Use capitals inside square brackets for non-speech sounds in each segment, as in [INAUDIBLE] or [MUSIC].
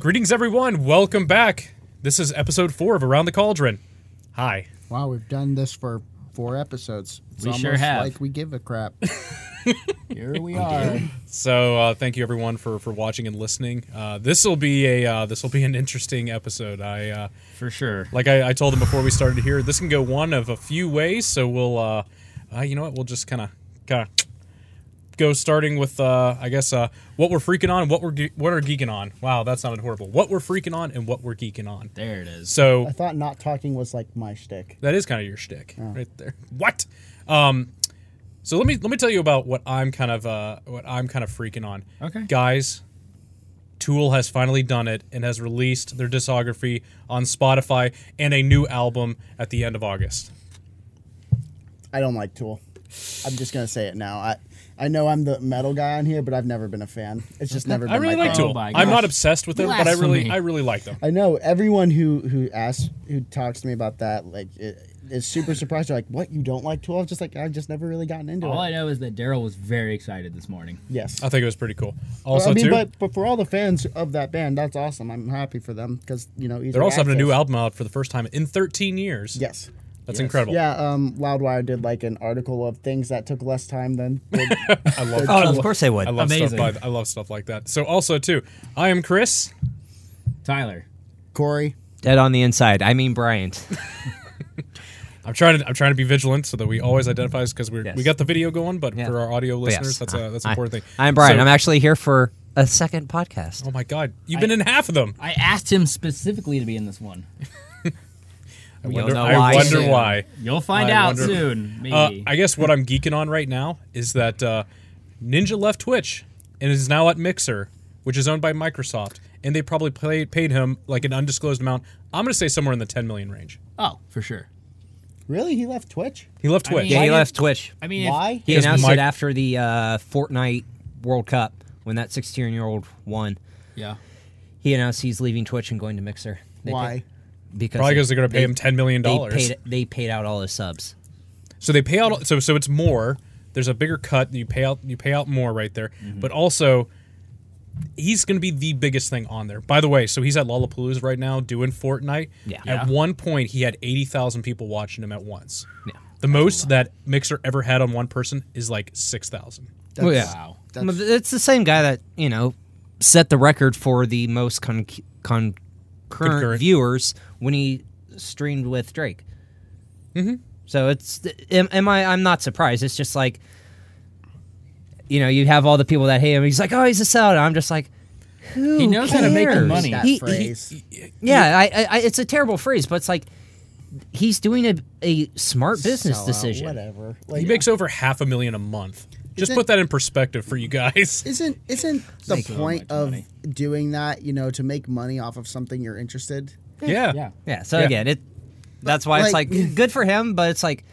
Greetings, everyone. Welcome back. This is episode four of Around the Cauldron. Hi. Wow, we've done this for four episodes. It's We almost sure have. like we give a crap. Here we are. So uh, thank you, everyone, for for watching and listening. Uh, this will be a uh, this will be an interesting episode. I uh, for sure. like I, I told them before we started here. This can go one of a few ways. So we'll uh, uh you know what we'll just kind of kind of go starting with uh I guess uh what we're freaking on, what we're ge- what are geeking on. Wow, that's not horrible. What we're freaking on and what we're geeking on. There it is. So [LAUGHS] I thought not talking was like my shtick. That is kind of your shtick, right there. What? Um, so let me let me tell you about what I'm kind of uh, what I'm kind of freaking on. Okay. guys, Tool has finally done it and has released their discography on Spotify and a new album at the end of August. I don't like Tool. I'm just gonna say it now. I I know I'm the metal guy on here, but I've never been a fan. It's just never. Been I really Oh my like thing. Tool. my I'm not gosh. obsessed with them, but I really Blasphemy. I really like them. I know everyone who who asks who talks to me about that like i- is super surprised. They're like, "What? You don't like Tool?" I was just like, I've just never really gotten into All it. I know is that Daryl was very excited this morning. yes. I think it was pretty cool. But, Also, I mean, too, but but for all the fans of that band, that's awesome. I'm happy for them because you know easy they're also having a new access. album out for the first time in 13 years. Yes. that's Yes. incredible. Yeah. Um, Loudwire did like an article of things that took less time than. [LAUGHS] than- I love. Oh, of course they would. I love Amazing. stuff. Like, I love stuff like that. So also too, I am Chris. Tyler, Corey. Dead on the inside. I mean Bryant. I'm trying to I'm trying to be vigilant so that we always identify us because we are Yes. we got the video going, but Yeah. for our audio But yes, [LAUGHS] listeners, that's I- a that's an I- important thing. I'm Brian. So- I'm actually here for a second podcast. Oh my God, you've been in half of them. I asked him specifically to be in this one. I You'll wonder, know I why wonder soon. why. You'll find I out wonder- soon, Uh, maybe. I guess what I'm geeking on right now is that uh, Ninja left Twitch and is now at Mixer, which is owned by Microsoft, and they probably played, paid him like an undisclosed amount. I'm gonna say somewhere in the 10 million range. oh, for sure. Really? He left Twitch? He left I mean, Twitch. Yeah, Why he did- left Twitch. I mean, if- Why? He Yes, announced Mike- it after the uh, Fortnite World Cup when that 16 year old won. yeah. He announced he's leaving Twitch and going to Mixer. They Why? Paid, because Probably because they're gonna pay they- him 10 million They dollars. paid, they paid out all his subs. So they pay out. So so it's more. There's a bigger cut. You pay out. You pay out more right there. But also, he's going to be the biggest thing on there. By the way, so he's at Lollapalooza right now doing Fortnite. Yeah. At Yeah. one point, he had eighty thousand people watching him at once. Yeah. The most that Mixer ever had on one person is like six thousand. That's, Well, yeah. Wow. I mean, That's, It's the same guy that you know set the record for the most con- con- Concurrent. concurrent viewers when he streamed with Drake. Mm-hmm. So it's am, am I? I'm not surprised. It's just like you know you have all the people that hate him. He's like, oh, he's a sellout. I'm just like, who He knows how to make the cares? money. that He- he- phrase. yeah, I, I, I, it's a terrible phrase, but it's like he's doing a, a smart business sellout, decision. Oh, Whatever. He Like, makes over half a million a month. Just Isn't- put that in perspective for you guys. isn't isn't the Making so point much of money. doing that? You know, to make money off of something you're interested. [LAUGHS] Yeah. Yeah. Yeah. So Yeah. again, it that's why like- it's like good for him, but it's like,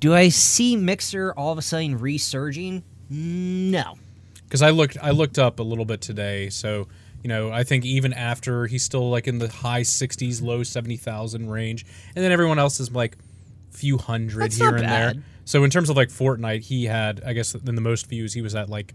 do I see Mixer all of a sudden resurging? No. because I looked I looked up a little bit today. So you know, I think even after he's still like in the high sixties, low seventy thousand range, and then everyone else is like few hundred That's here not and bad. there. So in terms of like Fortnite, he had I guess in the most views he was at like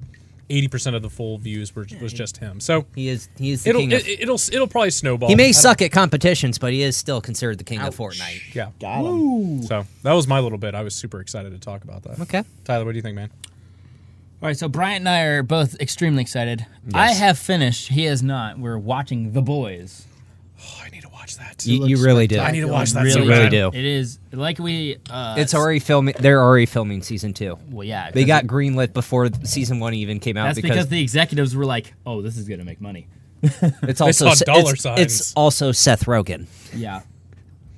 eighty percent of the full views were, was just him. So He is he is the it'll king it, oh, of. it'll it'll probably snowball. he may suck at competitions, but he is still considered the king of Ouch. Fortnite. yeah. Got him. So that was my little bit. I was super excited to talk about that. Okay. Tyler, what do you think, man? All right, so Bryant and I are both extremely excited. I have finished. He has not. We're watching The Boys. Oh, I need to watch that. You, you really did. I need to watch that. Really, so really bad. do. It is like we. Uh, It's already filming. They're already filming season two. Well, yeah. They 'cause got greenlit before season one even came out That's because, because, the executives were like, "Oh, this is gonna make money." it's also saw Se- dollar it's, signs. it's also Seth Rogen. Yeah.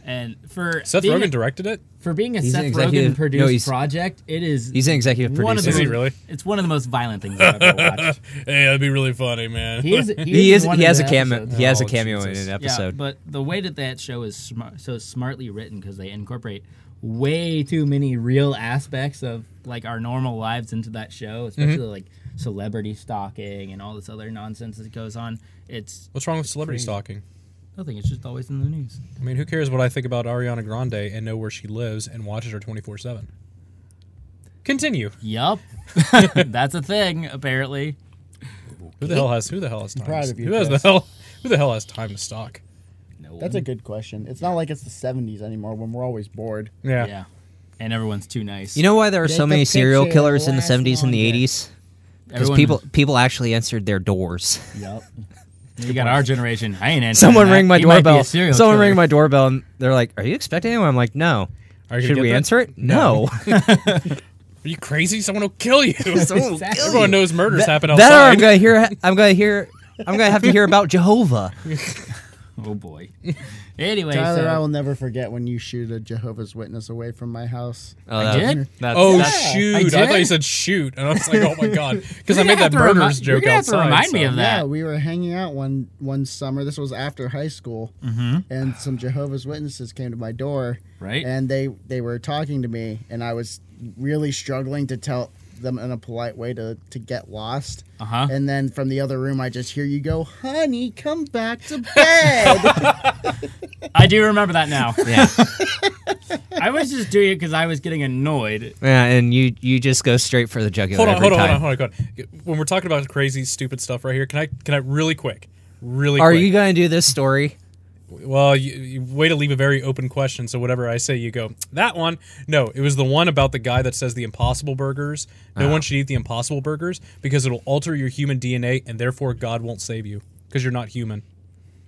And for Seth being Rogen a- directed it. for being a He's an Seth executive- Rogen no, produced he's- project, it is He's an executive one of the producer. Is he most- really? It's one of the most violent things I've ever [LAUGHS] watched. Hey, that'd be really funny, man. He is. He, He is is. in one He of has a the cameo. episodes. He has a Oh, cameo Jesus. in an Yeah, episode. but the way that that show is smart, so smartly written because they incorporate way too many real aspects of like our normal lives into that show, Mm-hmm. especially like celebrity stalking and all this other nonsense that goes on. It's [LAUGHS] What's wrong with celebrity stalking? nothing. It's just always in the news. I mean, who cares what I think about Ariana Grande and know where she lives and watches her 24 7? Continue. [LAUGHS] Yup, that's a thing apparently. Who the hell has who the hell has time? proud of you, who has the Chris. hell Who the hell has time to stalk? No That's a good question. It's not like it's the 70s anymore when we're always bored. Yeah. yeah, and everyone's too nice. You know why there are so Jacob many thinks serial it killers in the lasts 70s and the longer. 80s? Because Everyone- people people actually answered their doors. Yep. You got our generation. I ain't answering. [LAUGHS] Someone that. rang my He might be a doorbell. serial Someone killer. rang my doorbell, and they're like, "Are you expecting anyone?" I'm like, "No." Are you gonna Should get we that? answer it? No. [LAUGHS] Are you crazy? Someone will kill [LAUGHS] you. Someone will kill Everyone knows murders happen that or I'm outside. gonna hear. I'm gonna hear. I'm gonna have to hear about Jehovah. Oh [LAUGHS] boy. anyway, Tyler, so- I will never forget when you shoot a Jehovah's Witness away from my house. Oh, I that- did? That's, Oh that's- shoot! I I, thought you did. said shoot, and I was like, oh [LAUGHS] my god, because I You're made gonna have that to remi- murders you're joke gonna have to outside. remind me so- of that. Yeah, we were hanging out one one summer. This was after high school, and some Jehovah's Witnesses came to my door. Mm-hmm. Right. and they they were talking to me, and I was really struggling to tell them in a polite way to to get lost. Uh-huh. And then from the other room, I just hear you go, "Honey, come back to [LAUGHS] bed." I do remember that now. yeah, [LAUGHS] I was just doing it because I was getting annoyed. yeah. And you you just go straight for the jugular Hold on, every hold on, hold time. on, hold on, hold on. When we're talking about crazy, stupid stuff right here, can I can I really quick, really? Are quick. you gonna do this story? Well, you, you way to leave a very open question. So whatever I say, you go that one. No, it was the one about the guy that says the Impossible Burgers. No one should eat the Impossible Burgers because it'll alter your human DNA, and therefore God won't save you because you're not human.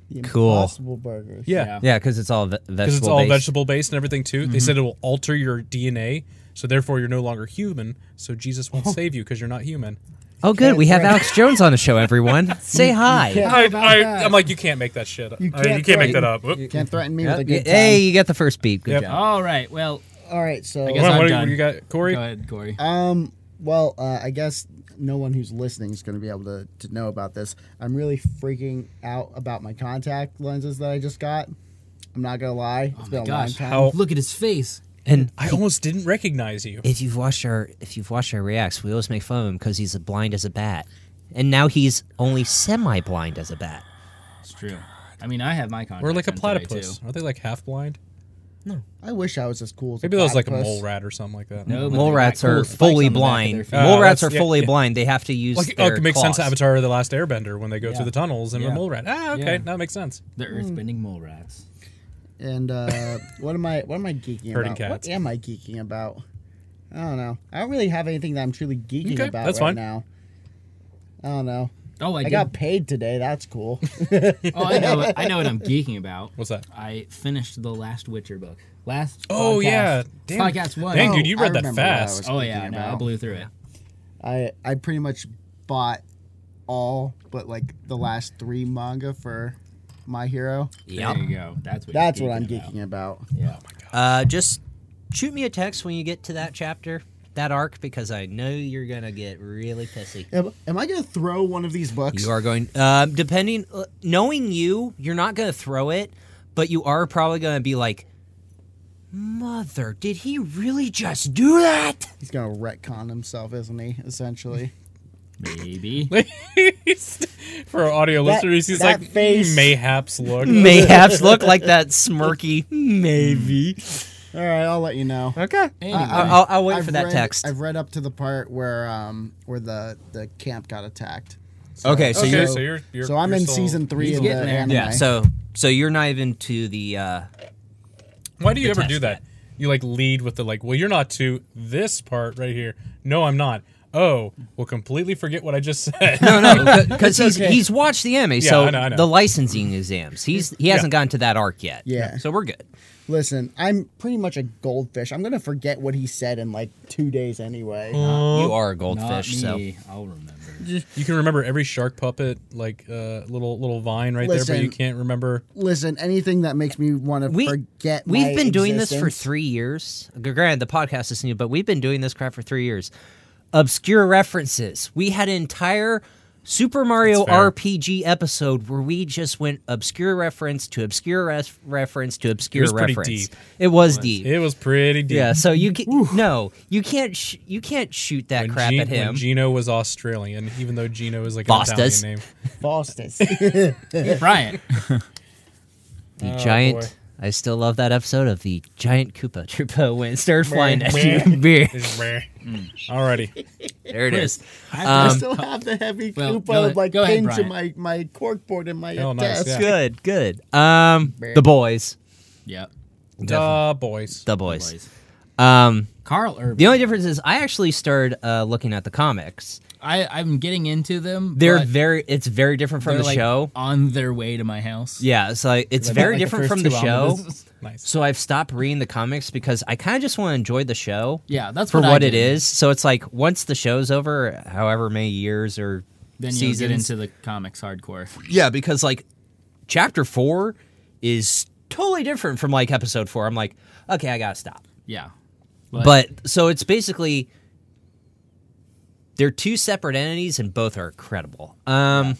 The Cool. Impossible burgers. Yeah, Yeah, because it's all ve- vegetable. because it's all based. vegetable based and everything too. They said it will alter your DNA, so therefore you're no longer human. So Jesus won't save you because you're not human. Oh, good. We have Right. Alex Jones on the show. Everyone, say hi. can't- How I, about that? am like, you can't make that shit. up. You I- can't make write- that up. Whoop. Can't threaten me Yeah, with a good time. hey, you get the first beat. Good Yep. job. All right. Well, All right, so guess Hold on, I'm what, do you- done. what do you got, Corey? go ahead, Corey. Um. Well, uh, I guess no one who's listening is going to be able to, to know about this. I'm really freaking out about my contact lenses that I just got. I'm not going to lie. It's been a Oh Gosh, long time. How- look at his face. And I almost didn't recognize you. if you've watched our if you've watched our reacts, we always make fun of him because he's blind as a bat, and now he's only semi-blind as a bat. It's true. I mean, I have my contact. We're like a lens today, platypus. too. Are they like half blind? I wish I was as cool as Maybe a that was like a platypus. mole rat or something like that. No, but Mole they've got rats cool are spikes fully on the back of their blind. feet. Uh, Mole rats are that's- yeah, fully yeah. blind. They have to use Like, oh, their it makes sense. claws. Avatar: The Last Airbender when they go Yeah. through the tunnels and Yeah. the mole rat. Ah, okay, Yeah. that makes sense. The earthbending mole rats. [LAUGHS] And uh, what am I? What am I geeking Herding about? cats. What am I geeking about? I don't know. I don't really have anything that I'm truly geeking Okay, about that's right fine. now. I don't know. Oh, I, I did- got paid today. That's cool. Oh, I know. What, I know what I'm geeking about. What's that? I finished the last Witcher book. Last. Oh podcast. yeah, damn. Podcast one. Dang, Oh, dude, you I read that remember what I [LAUGHS] was fast. Oh yeah, Geeking no, I about. blew through it. I I pretty much bought all but like the last three manga for My Hero. Yep. There you go. That's what. That's you're what I'm geeking about. geeking about. Yeah. Uh, just shoot me a text when you get to that chapter, that arc, because I know you're gonna get really pissy. Am, am I gonna throw one of these books? You are going. Um, depending, uh, knowing you, you're not going to throw it, but you are probably going to be like, "Mother, did he really just do that?" He's gonna retcon himself, isn't he? Essentially. [LAUGHS] Maybe. For our audio That- listeners, he's like that "Mm, face. mayhaps [LAUGHS] look. [LAUGHS] Mayhaps look like that smirky. Maybe. All right, I'll let you know. Hmm. Um, Okay. Anyway. I'll, I'll, I'll wait I've for that read- text. I've read up to the part where um where the the camp got attacked. okay, so Okay, you're. so you're- you're- so I'm you're in still- season three He's of the getting there. anime. yeah. So so you're not even to the. [LAUGHS] Uh, Why do you ever test do that? You like lead with the like, well, you're not to this part right here. No, I'm not. Oh, well, completely forget what I just said. no, no, because oh, he's he's watched the anime, so I know, I know. the licensing exams. He's he hasn't gotten to that arc yet. Yeah. So we're good. Listen, I'm pretty much a goldfish. I'm gonna forget what he said in like two days anyway. you are a Not goldfish, so me. I'll [LAUGHS] remember. [LAUGHS] you can remember every shark puppet like uh, little little vine right there, but Listen. you can't remember. Listen, anything that makes me want to we forget. we've my been doing this for existence- three years G- granted the podcast is new but we've been doing this crap for three years obscure references we had an entire super mario That's fair. rpg episode where we just went obscure reference to obscure ref reference to obscure was pretty reference deep. it was deep It was pretty deep. yeah so you ca- no you can't sh- you can't shoot that When crap Gene- at him When Gino was Australian, even though Gino is like an Bostas. Italian name. Faustus. Bryant. the Oh, giant boy. I still love that episode of the giant Koopa Troopa when it started flying at you. [LAUGHS] Beer. Alrighty. There it is. [LAUGHS] I Um, still have the heavy well, coupon go ahead- like go ahead, pinned to my, Brian. my corkboard in my Oh, nice, desk. yeah. Good, good. Um, the boys. Yep. Duh, boys. The boys. Boys. Um, Carl Urban. the only difference is I actually started uh, looking at the comics. I, I'm getting into them. They're but very. It's very different from they're, the like, show. On their way to my house. Yeah, it's like it's Like, very like different first from the two [LAUGHS] show. omnibuses. Nice. So I've stopped reading the comics because I kind of just want to enjoy the show Yeah, that's for what, I what it did. is. So it's like once the show's over, however many years or Then you seasons, get into the comics hardcore. Yeah, because like chapter four is totally different from like episode four. I'm like, okay, I gotta stop. Yeah. But so it's basically they're two separate entities and both are incredible. Um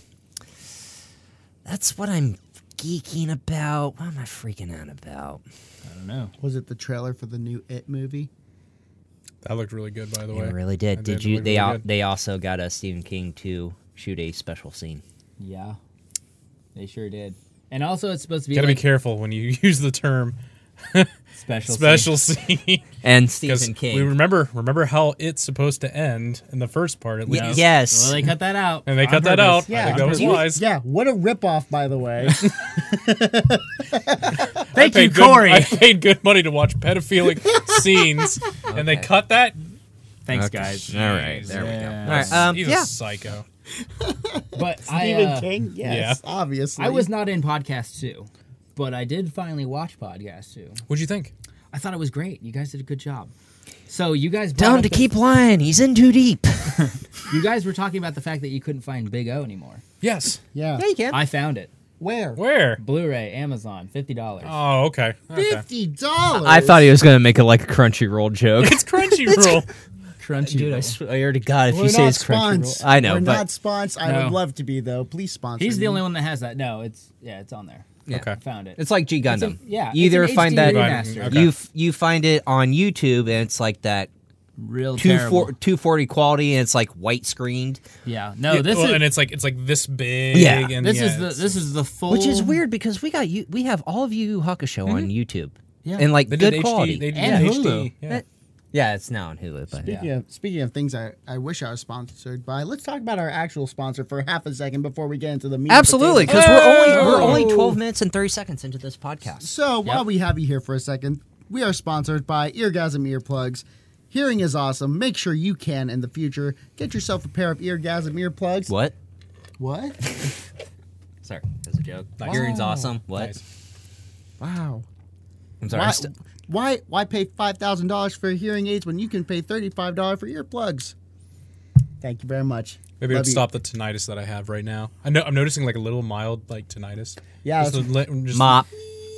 that's what I'm geeking about. What am I freaking out about? I don't know. Was it the trailer for the new It movie? That looked really good, by the way. They really That did. Did you look they really al- good. they also got a Stephen King to shoot a special scene. Yeah. They sure did. And also, it's supposed to be Gotta like be careful when you [LAUGHS] use the term special. special scene. And Because Stephen King. we remember remember how it's supposed to end in the first part at Ye- least. yes. Well, they cut that out. [LAUGHS] And they on cut that purpose. out. I think that was You- wise. Yeah, what a ripoff, by [LAUGHS] the way. Thank paid you, good- Corey. I paid good money to watch pedophilic [LAUGHS] scenes, and they cut that. Thanks, Okay. guys. All right, there we go. Yeah. All right, um, He's yeah. a psycho. But I, Stephen uh, King? Yes, yeah. obviously. I was not in podcast two, but I did finally watch podcast two. What'd you think? I thought it was great. You guys did a good job. So you guys brought Tell him up to the- keep lying. He's in too deep. You guys were talking about the fact that you couldn't find Big O anymore. Yes. Yeah. you can. I found it. Where? Where? Blu-ray, Amazon, fifty dollars. Oh, okay. okay. Fifty dollars. I thought he was gonna make it like a Crunchyroll joke. It's [LAUGHS] Crunchyroll. Crunchy. [LAUGHS] Dude, I swear to God, if We're you say not it's Crunchyroll, spons. I know, We're but not spons. I No. would love to be though. Please sponsor. He's the me. only one that has that. No, it's yeah, it's on there. Yeah. Okay. I found it. it's like G It's a- Gundam. yeah. you either find that remaster. Okay. you f- you find it on YouTube and it's like that real two terrible. four, 240 quality and it's like white screened, yeah. No, this Well, is and it's like it's like this big. Yeah. And this yeah, is the it's- this is the full which is weird because we got you we have all of you Hakusho on YouTube. Yeah. and like They good did quality. HD. They did And HD. Hulu. Yeah. That- yeah, it's now on Hulu, but Yeah. Speaking, of, speaking of things I, I wish I was sponsored by, let's talk about our actual sponsor for half a second before we get into the meat. and absolutely potatoes. because we're only we're Hey! only 12 minutes and 30 seconds into this podcast. So while Yep. we have you here for a second, we are sponsored by Eargasm Earplugs. Hearing is awesome. Make sure you can in the future. Get yourself a pair of Eargasm Earplugs. What? What? Sorry, that was a joke. Nice. Oh. Hearing's awesome. What? Nice. Wow. I'm sorry. Why, I'm st- why why pay five thousand dollars for hearing aids when you can pay thirty five dollars for earplugs? Thank you very much. Maybe Love I'd you. stop the tinnitus that I have right now. I know I'm noticing like a little mild like tinnitus. Yeah, Just that's- a li- just- mop,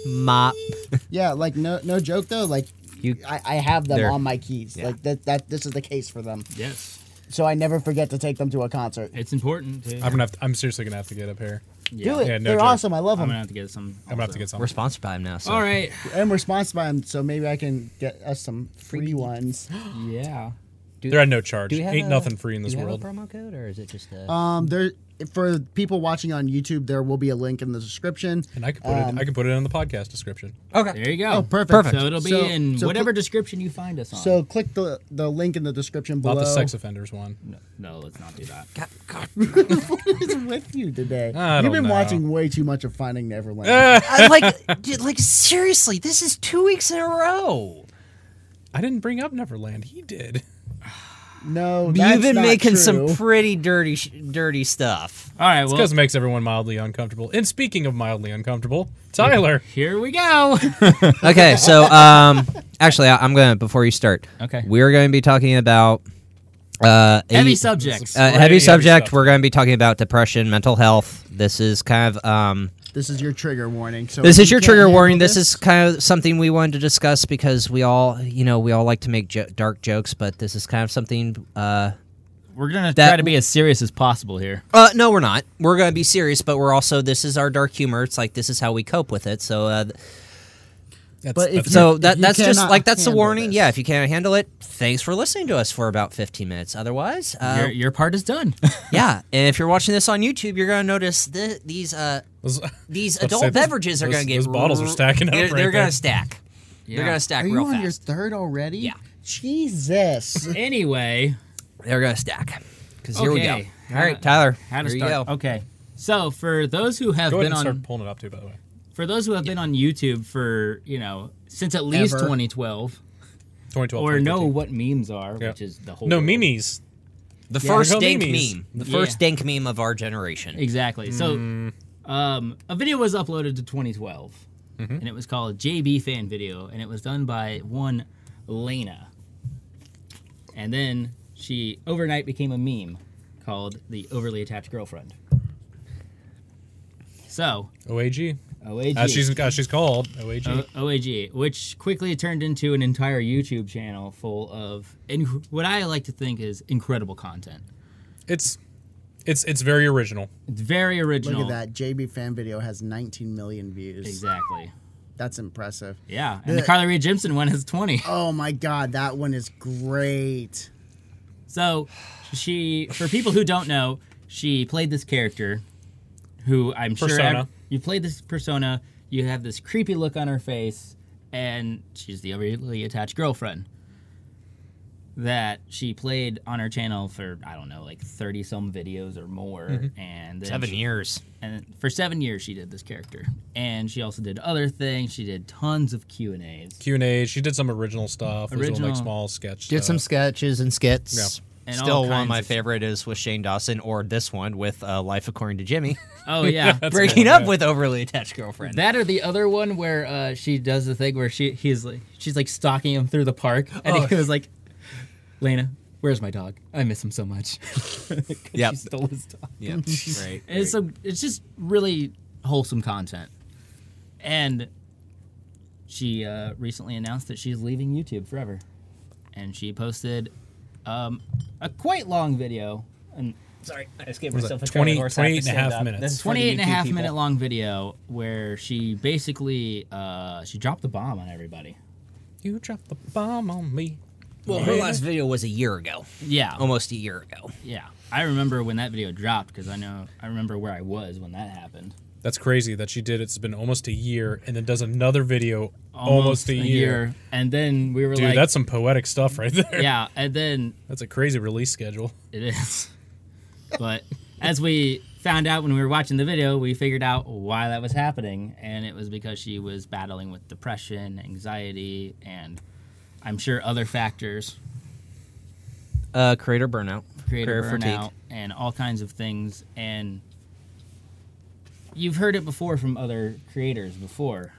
mop. [LAUGHS] Yeah, like no no joke though. Like You- I, I have them They're- on my keys. Yeah. Like that that this is the case for them. Yes, So I never forget to take them to a concert. it's important. Too. I'm gonna. Have to, I'm seriously gonna have to get up here. Do it. Yeah, no They're joke. awesome. I love them. I'm gonna have to get some. I'm gonna have to get We're something. sponsored by him now. So. All right. And we're sponsored by them, so maybe I can get us some free ones. Yeah. They're at no charge. Do you have Ain't a- nothing free in this do you world. Uh, Have a promo code, or is it just a? Um, there for people watching on YouTube, there will be a link in the description. And I could put Um, it. I could put it in the podcast description. okay. There you go. Oh, perfect. Perfect. So it'll be So- in so whatever put- description you find us on. So click the the link in the description below. Not the [LAUGHS] sex offenders one. no, no, let's not do that. What is with you today? I You've don't been know. Ah. watching way too much of Finding Neverland. I Uh, like, dude, like seriously, this is two weeks in a row. I didn't bring up Neverland. He did. no, that's You've been not making true. some pretty dirty, sh- dirty stuff. All right. Because Well, it makes everyone mildly uncomfortable. And speaking of mildly uncomfortable, Tyler, here we [LAUGHS] go. Okay, [LAUGHS] so um, actually, I, I'm gonna before you start. Okay. we're going to be talking about uh, a- Heavy subjects. uh, Pretty heavy heavy subject. stuff. We're going to be talking about depression, mental health. This is kind of um, This is your trigger warning. So this if is you your can't trigger handle warning. This, is kind of something we wanted to discuss because we all, you know, we all like to make jo- dark jokes, but this is kind of something. Uh, We're gonna That- try to be as serious as possible here. uh, no, we're not. We're going to be serious, but we're also this is our dark humor. It's like this is how we cope with it. So uh, th- That's, But if that's you- So that, that's just cannot like that's the handle warning. this. Yeah, if you can't handle it, thanks for listening to us for about 15 minutes. Otherwise, uh, your, your part is done. yeah. And if you're watching this on YouTube, you're gonna notice the, these uh, those- these Let's say adult those- beverages are those- gonna get those bottles are stacking up They're, right they're there. gonna stack. Yeah. [LAUGHS] They're gonna stack Are you real on your fast. third already? Yeah. Jesus. anyway, They're gonna stack. Because here we go. Okay. All right, Tyler. how to here start? Oh, You go. Okay. So for those who have Go ahead been and start on pulling it up too. By the way, for those who have been on YouTube for you know since at least Ever. 2012 2012 or know 2013. what memes are, Yeah. which is the whole no world. memes. The Yeah. first Go dank memes. meme. The Yeah. first dank meme of our generation. Exactly. Mm. So, um, a video was uploaded to 2012, Mm-hmm. and it was called JB Fan Video, and it was done by one Lena. And then she overnight became a meme called the Overly Attached Girlfriend. So, OAG. OAG. As she's as she's called OAG. O- OAG, which quickly turned into an entire YouTube channel full of inc- what I like to think is incredible content. it's it's it's very original. It's very original. Look at that. JB fan video has 19 million views. Exactly. That's impressive. Yeah, and the The- Carly Rae Jepsen one is 20. Oh my god, that one is great. So, she, for people who don't know, she played this character who I'm sure Persona. ev- you played this persona. You have this creepy look on her face, and she's the overly attached girlfriend that she played on her channel for I don't know, like 30 some videos or more, and then Seven she- years. and for seven years she did this character, and she also did other things. She did tons of Q and A's. Q and A. She did some original stuff. was doing, Original. like small sketch. Did some stuff. sketches and skits. Yeah. Uh, And all Still, one of kinds my of- favorite is with Shane Dawson, or this one with uh, Life According [LAUGHS] to Jimmy, [LAUGHS] Oh yeah, That's breaking cool, up yeah. with overly attached girlfriend. That or the other one where uh, she does the thing where she he's like she's like stalking him through the park, and he was like, "Lena, where's my dog? I miss him so much." [LAUGHS] 'Cause Yep. she stole his dog. [LAUGHS] yeah, right. And It's a, it's just really wholesome content, and she uh, recently announced that she's leaving YouTube forever, and she posted um, a quite long video, and Sorry, I just gave was myself that, a turn of 20 horse. I have to 28 and a half stand up. minutes. This is 28 and a half minute long video where she basically uh, she dropped the bomb on everybody. You dropped the bomb on me. Well, her last video was a year ago, Yeah, Oh almost a year ago. yeah. I remember when that video dropped because I know I remember where I was when that happened. That's crazy that she did. it. It's been almost a year, and then does another video almost, a, year. and then we were Dude, like, that's some poetic stuff right there. [LAUGHS] yeah, and then That's a crazy release schedule. it is. [LAUGHS] but as we found out when we were watching the video, we figured out why that was happening, and it was because she was battling with depression, anxiety, and I'm sure other factors. Uh, creator burnout, creative Career burnout and all kinds of things and you've heard it before from other creators before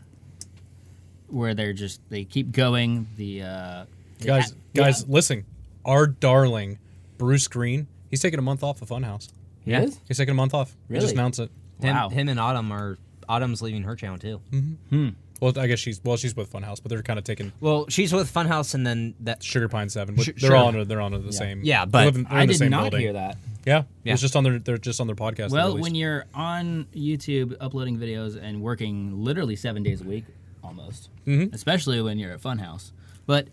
where they're just they keep going the uh the Guys, a- guys, listen. Our darling Bruce Green, he's taking a month off of Funhouse. yeah. Yes? He's taking a month off. He just Really? announced it. Him, Wow. him and Autumn are Autumn's leaving her channel too. Well, I guess she's well, she's with Funhouse, but they're kind of taking Well, she's with Funhouse, and then that. Sugar Pine Seven. Which Sh- they're sure. all under, they're under the same. Yeah, they but live in- they're in i the did same not building. hear that Yeah, Yeah. it's just on their they're just on their podcast. well when you're on youtube uploading videos and working literally seven days a week almost Mm-hmm. especially when you're at funhouse but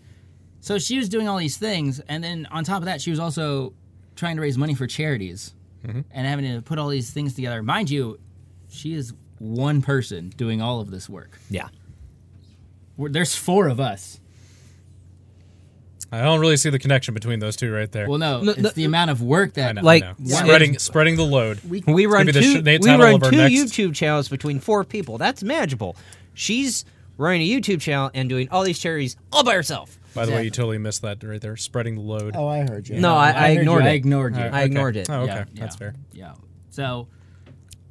so she was doing all these things and then on top of that she was also trying to raise money for charities Mm-hmm. and having to put all these things together mind you she is one person doing all of this work Yeah. We're, there's four of us I don't really see the connection between those two right there. well no, No, it's no- the amount of work that I know, like, I know. yeah. spreading spreading the load. We run be two. the sh- the we title run of two our next- YouTube channels between four people. That's manageable. She's running a YouTube channel and doing all these charities all by herself. By the way, you totally missed that right there. Spreading the load. Oh, I heard you. No, I, I, heard you, ignored it. i ignored you All right, I okay. ignored it. Oh, okay, Yeah, that's yeah, fair. Yeah. So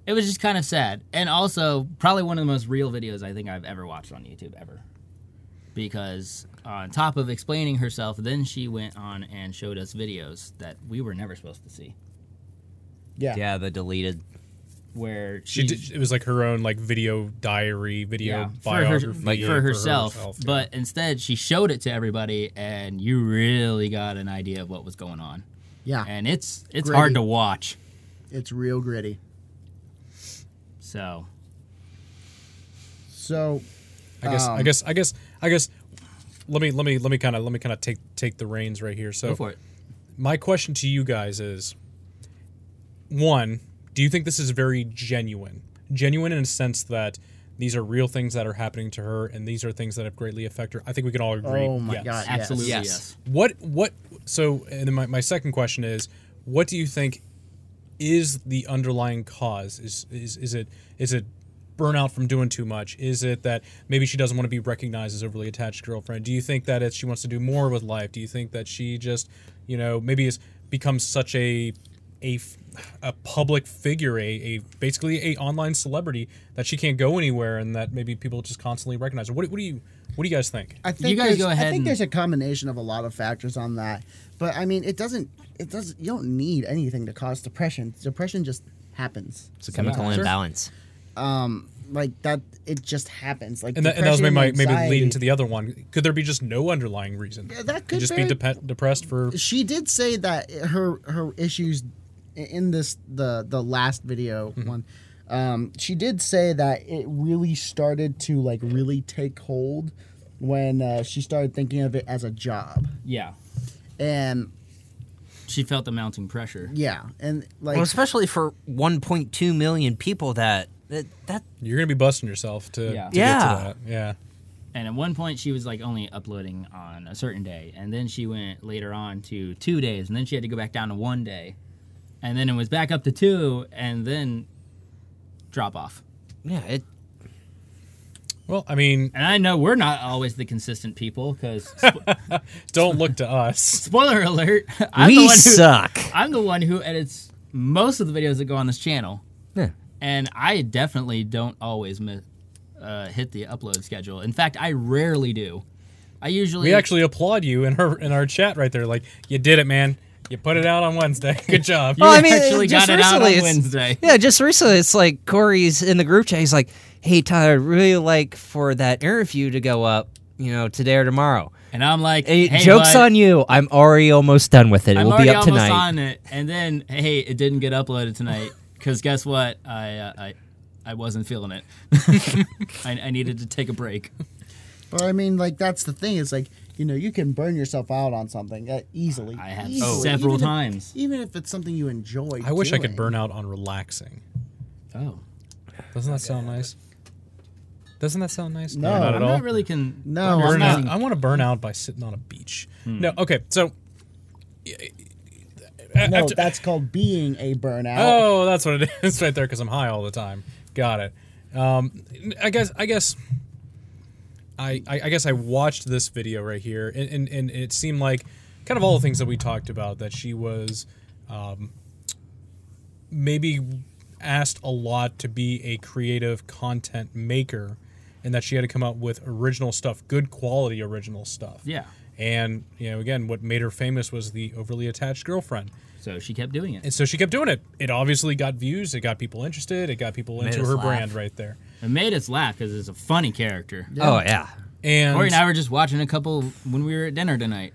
it was just kind of sad. And also probably one of the most real videos I think I've ever watched on YouTube ever. Because on top of explaining herself, then she went on and showed us videos that we were never supposed to see. Yeah. Yeah, the deleted. Where She she, did, it was like her own like video diary, video yeah, for, her, biography like, for herself. But instead, she showed it to everybody, and you really got an idea of what was going on. Yeah. And it's it's Gritty. hard to watch. It's real gritty. So So I guess um, I guess I guess I guess let me let me let me kind of let me kind of take take the reins right here. So Go for it. my question to you guys is one do you think this is very genuine genuine in a sense that these are real things that are happening to her and these are things that have greatly affected her i think we can all agree Oh my God. Yes. Absolutely yes. Yes. what what so and then my, my second question is what do you think is the underlying cause is is is it is it burnout from doing too much is it that maybe she doesn't want to be recognized as overly attached girlfriend do you think that it's she wants to do more with life do you think that she just you know maybe has become such a a f- a public figure a, a basically a online celebrity that she can't go anywhere and that maybe people just constantly recognize her what, do- what do you what do you guys think I think guys there's- go ahead I think and- there's a combination of a lot of factors on that, but I mean, it doesn't. It doesn't. You don't need anything to cause depression. Depression just happens. It's a chemical imbalance. Like that, it just happens. Like And that, and that was maybe, depression my, maybe anxiety- leading to the other one. Could there be just no underlying reason? that could just be very- depe- depressed for. She did say that her her issues in this the the last video Mm-hmm. one. Um, she did say that it really started to like really take hold when uh, she started thinking of it as a job Yeah. and She felt the mounting pressure. yeah and like Well, especially for 1.2 million people that that, that You're gonna be busting yourself to, Yeah. to get Yeah. to that. Yeah. And at one point, she was like only uploading on a certain day, and then she went later on to two days, and then she had to go back down to one day, and then it was back up to two, and then drop off. yeah, it Well, I mean, And I know we're not always the consistent people, because [LAUGHS] don't look to us. spoiler alert, [LAUGHS] I'm the we one who, suck. I'm the one who edits most of the videos that go on this channel, Yeah. and I definitely don't always mi- uh, hit the upload schedule. In fact, I rarely do. I usually We actually applaud you in our in our chat right there. Like you did it, man. You put it out on Wednesday. [LAUGHS] Good job. Well, I mean, actually just got it out on recently, it's- Wednesday. Yeah, just recently, it's like Corey's in the group chat. He's like, "Hey, Tyler, I'd really like for that interview to go up, you know, today or tomorrow." And I'm like, Hey, hey, jokes bud, on you. I'm already almost done with it. It I'm will already be up almost tonight. on it. And then, hey, it didn't get uploaded tonight because guess what? I, uh, I I wasn't feeling it. [LAUGHS] I, I needed to take a break. But I mean, like that's the thing. It's like you know you can burn yourself out on something uh, easily. I have easily, Oh, even several if- times. even if it's something you enjoy. I wish I could doing. burn out on relaxing. Oh, Doesn't that sound nice? Doesn't that sound nice? No. not at I'm all. not really can. No, burn I'm out. not. I want to burn out by sitting on a beach. Hmm. No, okay, so. No, After- that's called being a burnout. Oh, that's what it [LAUGHS] is right there because I'm high all the time. Got it. Um, I guess I guess I, I I guess I watched this video right here and, and, and it seemed like kind of all the things that we talked about that she was um, maybe asked a lot to be a creative content maker and that she had to come up with original stuff, good quality original stuff. Yeah. And you know, again, what made her famous was the overly attached girlfriend. So she kept doing it. And so she kept doing it. It obviously got views. It got people interested. It got people into us her laugh. brand right there. It made us laugh because it's a funny character. Uh, Oh yeah. And Corey and I were just watching a couple when we were at dinner tonight.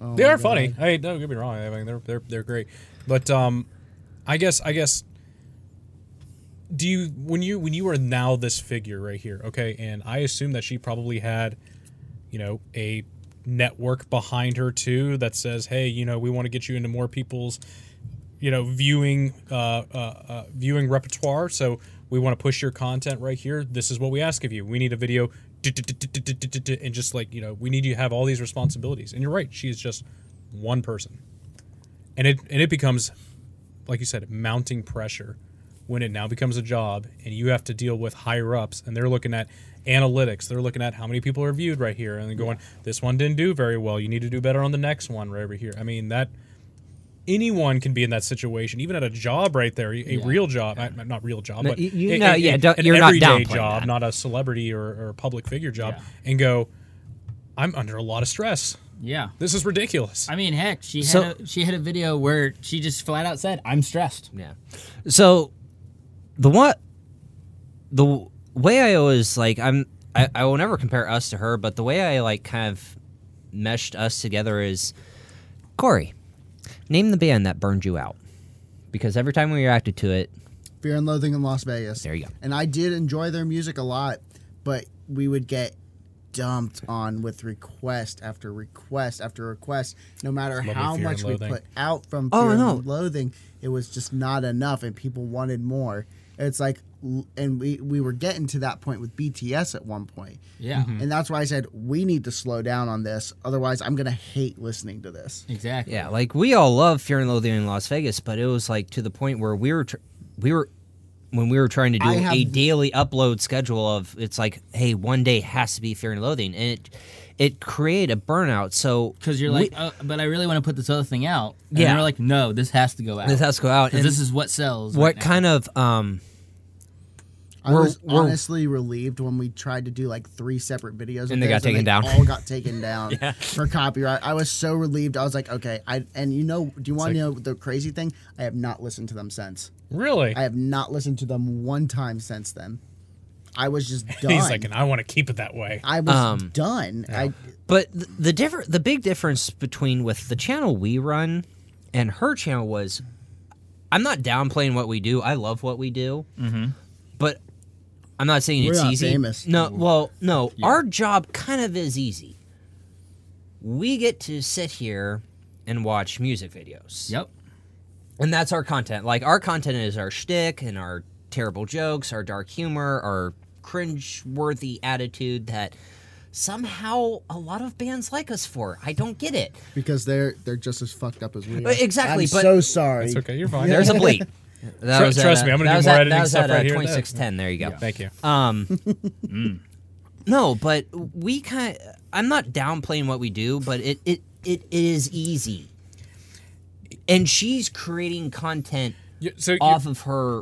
they are funny. Hey, don't get me wrong. I mean, they're they're they're great. But um, I guess I guess. Do you when you when you are now this figure right here? Okay, and I assume that she probably had, you know, a network behind her too that says, hey, you know, we want to get you into more people's you know viewing uh, uh, uh, viewing repertoire. So we want to push your content right here. This is what we ask of you. We need a video, and just like you know, we need you to have all these responsibilities. And you're right, she is just one person, and it and it becomes, like you said, mounting pressure when it now becomes a job and you have to deal with higher ups and they're looking at analytics they're looking at how many people are viewed right here and they're going this one didn't do very well you need to do better on the next one right over here i mean that anyone can be in that situation, even at a job right there, a real job, I- not real job, No, but you- you a- know, a- yeah, a- don't- an you're not everyday downplaying job, that. not a celebrity or, or a public figure job, Yeah. and go, I'm under a lot of stress. Yeah. This is ridiculous. I mean, heck, she had So- a, she had a video where she just flat out said, "I'm stressed." Yeah. So the one the w- way I always like I'm I, I will never compare us to her, but the way I like kind of meshed us together is Corey, name the band that burned you out. Because every time we reacted to it, Fear and Loathing in Las Vegas. There you go. And I did enjoy their music a lot, but we would get dumped on with request after request after request no matter Love how Fear and much we Loathing. put out from fear Oh, and no. loathing it was just not enough and people wanted more it's like l- and we we were getting to that point with bts at one point Yeah. and that's why i said we need to slow down on this otherwise i'm gonna hate listening to this Exactly. Yeah, like we all love Fear and Loathing in Las Vegas, but it was like to the point where we were, tr- we were, when we were trying to do I have- a daily upload schedule of it's like, hey, one day has to be Fear and Loathing, and it it created a burnout. So Because you're we- like, oh, but I really want to put this other thing out. And Yeah. You're like, no, this has to go out. this has to go out. Because And this is what sells. what right now. kind of um I We're- was we're- honestly relieved when we tried to do like three separate videos, And of they got those, taken down. All got [LAUGHS] taken down for copyright. I was so relieved. I was like, okay. I and you know, do you want to know the crazy thing? I have not listened to them since. Really? I have not listened to them one time since then. I was [LAUGHS] just done. He's like, and I want to keep it that way. I was Um, done. I But th- the differ- the big difference between with the channel we run and her channel was, I'm not downplaying what we do. I love what we do, mm-hmm. but I'm not saying We're it's not easy. famous. No, Mm-hmm. well, no, our job kind of is easy. We get to sit here and watch music videos. Yep. And that's our content. Like our content is our shtick and our terrible jokes, our dark humor, our cringe-worthy attitude that somehow a lot of bands like us for. I don't get it. because they're they're just as fucked up as we are. Uh, exactly, I'm but- so sorry. It's okay. You're fine. [LAUGHS] There's a bleep. That Tru- at, trust uh, me, I'm gonna that do was more at- editing that was stuff at, right uh, here. 2610. There you go. Thank you. [LAUGHS] Mm. Um, no, but we kind. I'm not downplaying what we do, but it it it is easy. And she's creating content You- so you- off of her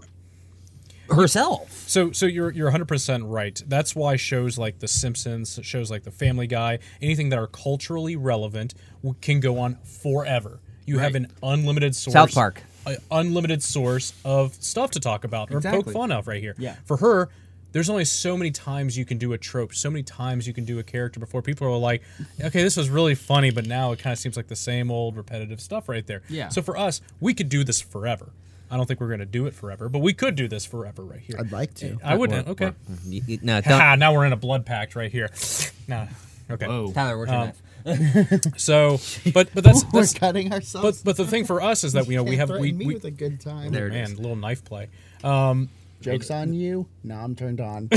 herself. So, so you're you're 100 percent right. That's why shows like The Simpsons, shows like The Family Guy, anything that are culturally relevant w- can go on forever. You have an unlimited source. South Park. a unlimited source of stuff to talk about or poke Exactly. fun of right here. Yeah. For her, there's only so many times you can do a trope, so many times you can do a character before people are like, okay, this was really funny, but now it kind of seems like the same old repetitive stuff right there. Yeah. So for us, we could do this forever. I don't think we're going to do it forever, but we could do this forever right here. I'd like to. I wouldn't. Okay. You- you- No, don't- Ha, now we're in a blood pact right here. nah. Okay. Whoa. Tyler, where's your Oh. knife? So, but [LAUGHS] but that's, [LAUGHS] We're that's cutting but ourselves. but the thing for us is that you know we Oh Can't have threaten we, me we with a good time. There it man is. little knife play. Um, Jokes on you. Now I'm turned [LAUGHS] on.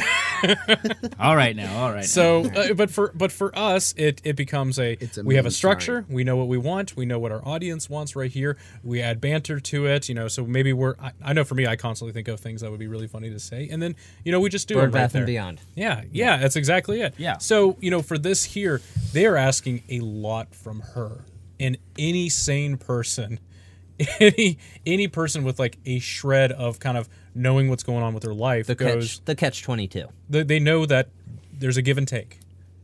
All right now. All right. now. so [LAUGHS] uh, but for but for us it it becomes a, It's a we have a means, structure we know what we want we know what our audience wants right here we add banter to it you know so maybe we're I, I know for me i constantly think of things that would be really funny to say and then you know we just do it Bird right Bath there. and Beyond. Yeah, yeah, that's exactly it. Yeah. So, you know, for this here, they're asking a lot from her. And any sane person, [LAUGHS] any any person with like a shred of kind of knowing what's going on with their life The goes catch, the catch 22. they, they know that there's a give and take.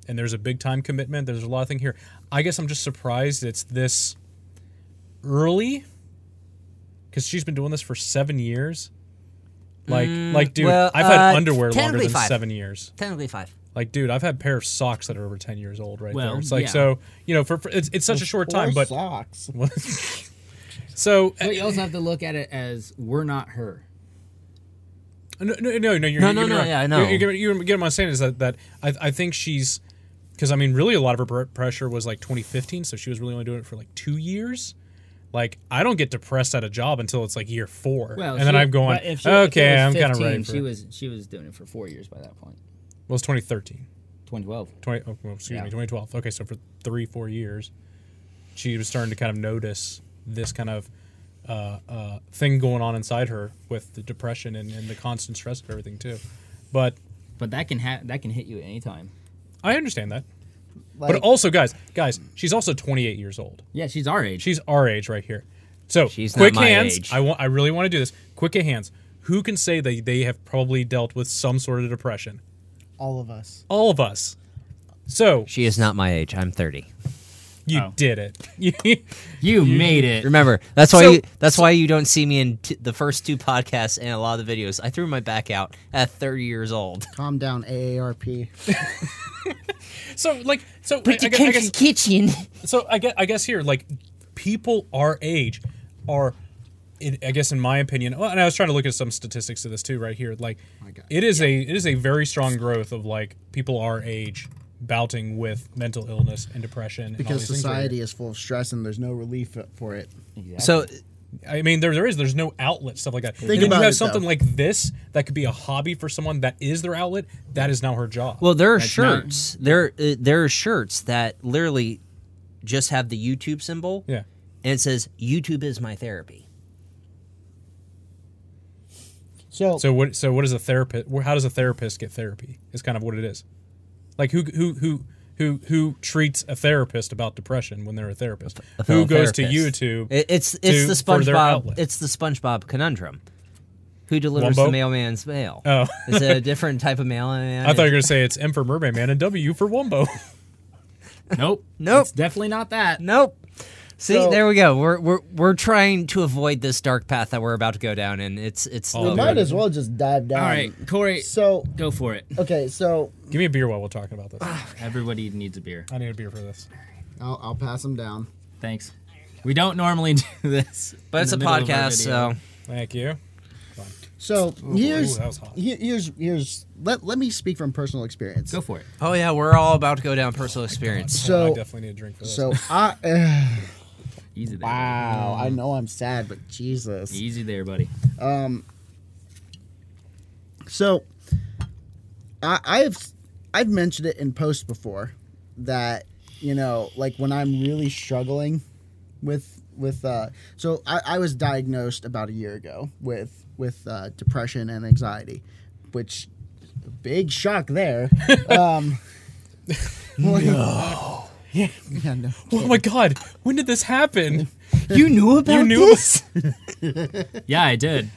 And there's a big time commitment. There's a lot of thing here. I guess I'm just surprised it's this early because she's been doing this for seven years. Like, like, dude, Mm, well, I've had uh, underwear longer technically than five. seven years. Technically five. Like, dude, I've had a pair of socks that are over ten years old, right Well, there. It's like yeah. so, you know, for, for it's, it's such a short time, but socks. so uh, But you also have to look at it as we're not her. Uh, no, no, no, no, you're, No, no, you're no, right. yeah, I know. You're, you're, you're, you get what I'm saying is that that I, I think she's because I mean, really, a lot of her pr- pressure was like 2015, so she was really only doing it for like two years. Like, I don't get depressed at a job until it's like year four, Well, and then she- I'm going, but if she- if okay, it was I'm kind of 15, ready for. She it. was she was doing it for four years by that point. well, it's 2013. 2012. 20, oh, well, excuse Yeah. me, 2012. Okay, so for three, four years, she was starting to kind of notice this kind of uh, uh, thing going on inside her with the depression and, and the constant stress of everything too. But But that can ha- that can hit you at any time. I understand that. Like, but also, guys, guys, she's also 28 years old. Yeah, she's our age. She's our age right here. So She's quick not my hands. age. I want. I really want to do this. Quick hands. Who can say they they have probably dealt with some sort of depression? all of us. All of us. So She is not my age. I'm 30. you Oh. did it. [LAUGHS] you, made it. Remember, that's why So- you that's why you don't see me in t- the first two podcasts and a lot of the videos. I threw my back out at 30 years [LAUGHS] old. Calm down, AARP. So like so I, I guess, I guess- kitchen. so I guess I guess here like people our age are it, I guess in my opinion, well, and I was trying to look at some statistics of this too right here. Like, God. it is a it is a very strong growth of like people our age bouting with mental illness and depression and all because these things right here. society is full of stress and there's no relief for it. Exactly. [LAUGHS] So I mean, there there is. There's no outlet stuff like that. and then about you it, have though. something like this that could be a hobby for someone that is their outlet. That is now her job. Well, there are not- shirts. There uh, there are shirts that literally just have the YouTube symbol. yeah, And it says YouTube is my therapy. So, So what? So what is a therapist? How does a therapist get therapy? Is kind of what it is. Like who who who who who treats a therapist about depression when they're a therapist? A who fellow goes therapist. to YouTube? It, it's to- it's the for their SpongeBob outlet. it's the SpongeBob conundrum. Who delivers Wumbo? the mailman's mail? Oh. it's a different type of [LAUGHS] mailman. I thought you were gonna say it's M for Mermaid Man and W for [LAUGHS] Wumbo. nope. Nope. Um, It's definitely not that. Nope. See, So- there we go. We're, we're we're trying to avoid this dark path that we're about to go down, and it's it's. Oh, we Okay. might as well just dive down. All right, Corey, So go for it. okay, so Give me a beer while we're talking about this. Everybody needs a beer. I need a beer for this. I'll, I'll pass them down. Thanks. We don't normally [LAUGHS] do this, but in it's the a middle of our podcast, video. so Thank you. So here's ooh, that was hot. he- here's here's let let me speak from personal experience. go for it. oh yeah, we're all about to go down [LAUGHS] personal experience. I So definitely need a drink for this. [LAUGHS] so I [SIGHS] Mm. uh, Easy there. wow, I know I'm sad, but Jesus. Easy there, buddy. So I, I've I've mentioned it in posts before that you know like when I'm really struggling with with uh, so I, I was diagnosed about a year ago with with uh, depression and anxiety, which big shock there. um, no. [LAUGHS] Yeah, yeah, no. oh my god, when did this happen? you knew about You knew this? [LAUGHS] Yeah, I did.